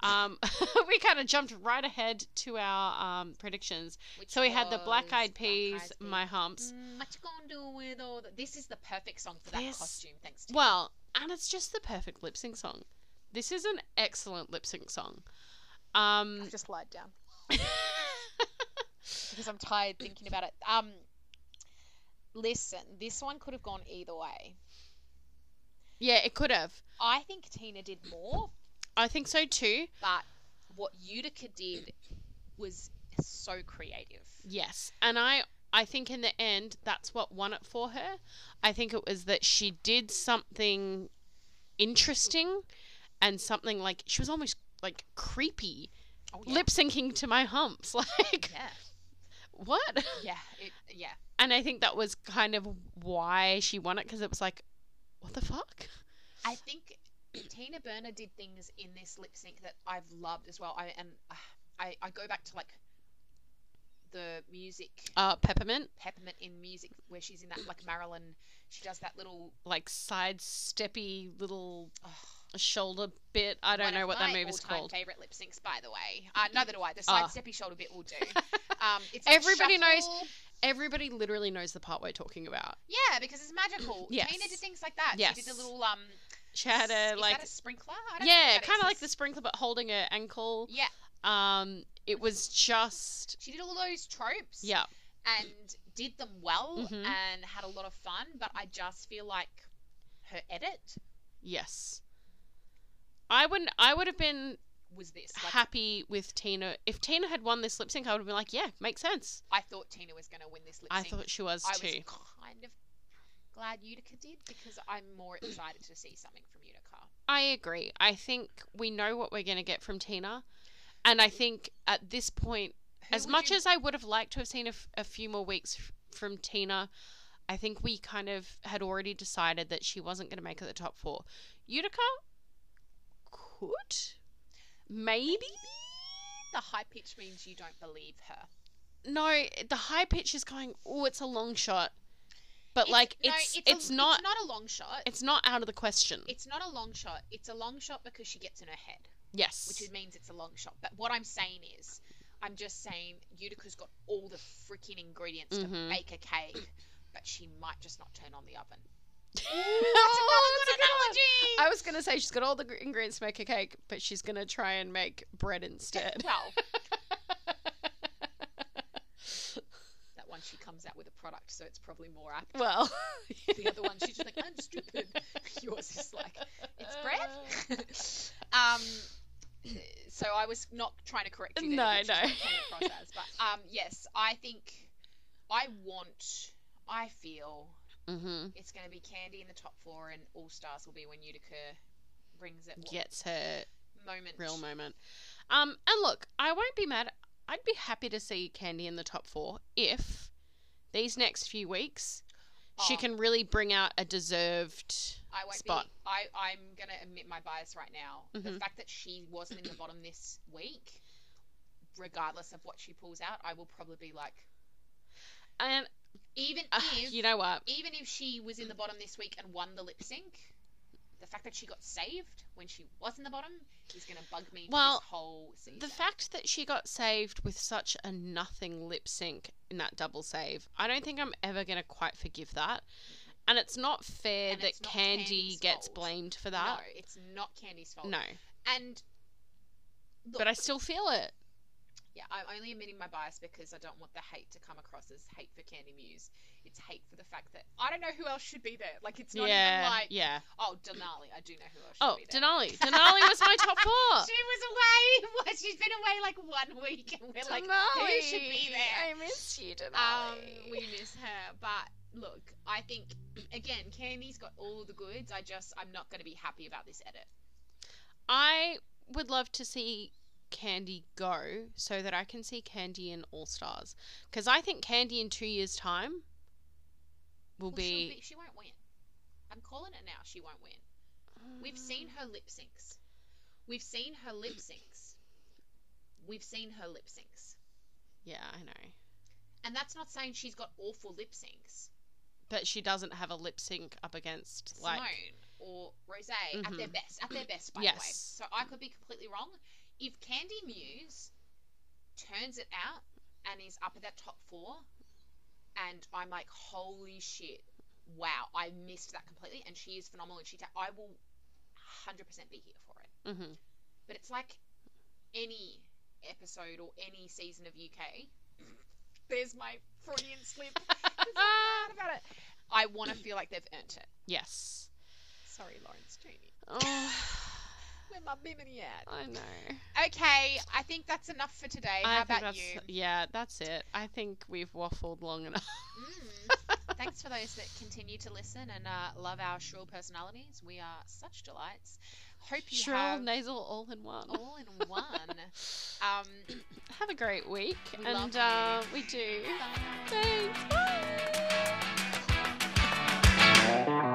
Um, we kind of jumped right ahead to our um, predictions.
Which
So we had the
was
Oh, Black Eyed
Black
Peas,
Eyed
My Humps.
Mm, What you gonna do with all the... This is the perfect song for that
This-
costume, thanks to
Well, and it's just the perfect lip sync song. This is an excellent lip sync song. Um,
I've just lied down
yeah,
because I'm tired thinking about it. Um, listen, this one could have gone either way.
it could have.
I think Tina did more,
I think so too.
but what Utica did was so creative.
Yes, and I I think in the end that's what won it for her. I think it was that she did something interesting and something like she was almost like creepy
Oh,
lip syncing to my humps like
Yeah,
what
yeah, it, yeah.
and i think that was kind of why she won it because it was like what the fuck
I think Tina Burner did things in this lip sync that I've loved as well. I and uh, I, I go back to like the music
uh peppermint
peppermint in music where she's in that like Marilyn. She does that little.
like side steppy little
oh,
shoulder bit i don't
one
know
of
what that
my
movie is
all-time
called
Favorite lip syncs, by the way. Uh, neither do I. The
Ah.
side steppy shoulder bit will do. Um, it's like
Everybody knows-
shuffle.
everybody literally knows the part we're talking about
Yeah, because it's magical.
Yes.
Tina did things like that. She did
Yes.
the little um.
she
s-
had a
is
like
that a sprinkler? I don't
yeah
think that
kind of like the
exists.
sprinkler but holding her ankle
Yeah,
um it was just
she did all those tropes.
yeah
and did them well
Mhm.
and had a lot of fun. But I just feel like her edit
yes i wouldn't i would have been
was this. Like,
happy with tina if tina had won this lip sync i would have been like yeah makes sense
I thought Tina was going to win this lip
i
sync.
thought she was
I was
too
kind of glad Utica did because I'm more excited to see something from Utica.
i agree i think we know what we're going to get from tina and i think at this point
Who
as
would
much
you-
as I would have liked to have seen a, f- a few more weeks f- from Tina, I think we kind of had already decided that she wasn't going to make it the top four. Utica could, maybe.
the high pitch means you don't believe her.
No, the high pitch is going. Oh, it's a long shot, but
It's-
like
no,
it's
a-
it's, not
it's not a long shot. It's,
it's not out of the question.
not a long shot. It's a long shot because she gets in her head,
yes,
which is- means it's a long shot. But what I'm saying is, I'm just saying Utica's got all the freaking ingredients
Mhm.
to bake a cake, but she might just not turn on the oven.
Oh, that's a good one.
analogy.
I was gonna say she's got all the gr- ingredients to make a cake, but she's gonna try and make bread instead.
Well, that one one she comes out with a product, so it's probably more apt.
Well,
The other one, she's just like, I'm stupid. Yours is like, it's bread. um, so I was not trying to correct you. there,
No,
that's just
no.
what it came across as. But um, yes, I think I want. I feel
mm-hmm.
it's going to be Candy in the top four, and All Stars will be when Utica brings it. What
Gets her
moment.
real moment. Um, and look, I won't be mad. I'd be happy to see Candy in the top four if these next few weeks she
Oh.
can really bring out a deserved.
I won't
spot.
be. I, I'm going to admit my bias right now.
Mhm.
The fact that she wasn't in the bottom this week, regardless of what she pulls out, I will probably be like,
And
even
uh,
if
you know what?
even if she was in the bottom this week and won the lip sync, the fact that she got saved when she was in the bottom is going to bug me
Well,
for this whole season.
The fact that she got saved with such a nothing lip sync in that double save, I don't think I'm ever going to quite forgive that. And it's not fair
And
that
it's not
Candy
Candy's
gets
fault.
blamed for
no,
that.
it's not Candy's fault.
no.
And look,
But I still feel it.
yeah, I'm only admitting my bias because I don't want the hate to come across as hate for Candy Muse. It's hate for the fact that I don't know who else should be there. Like it's not
yeah.
even like
yeah.
oh Denali, I do know who else. Should
Oh,
be there.
Denali. Denali was my top four.
She was away. She's been away like one week, and we're like, who should be there?
I miss you,
Um,
Denali.
we miss her, but look, I think again, Candy's got all the goods. I just, I'm not going to be happy about this edit.
I would love to see Candy go so that I can see Candy in All Stars because I think Candy in two years' time will
Well, she'll
be.
she won't win. I'm calling it now. She won't win. We've seen her lip syncs. We've seen her lip syncs. We've seen her lip syncs,
Yeah, I know,
and that's not saying she's got awful lip syncs.
but she doesn't have a lip sync up against like.
Simone or Rose at their
Mhm.
best, at their best, by the way.
Yes.
So I could be completely wrong. If Candy Muse turns it out and is up at that top four, and I'm like, holy shit, wow, I missed that completely, and she is phenomenal, and she, ta- I will 100% be here for it.
hmm
But it's like any episode or any season of UK. There's my Freudian slip. Mad about it. I want to feel like they've earned it.
Yes.
Sorry, Lawrence Cheney.
Oh,
Where my bimini at?
I know.
Okay, I think that's enough for today.
I
How
think
about
that's,
you?
Yeah, that's it. I think we've waffled long enough.
Mm. Thanks for those that continue to listen and uh, love our shrill personalities. We are such delights. Hope you
Shrill,
have
nasal, all in one.
all in one. um,
Have a great week,
We love
and
you.
uh, we do.
bye.
Thanks. Bye.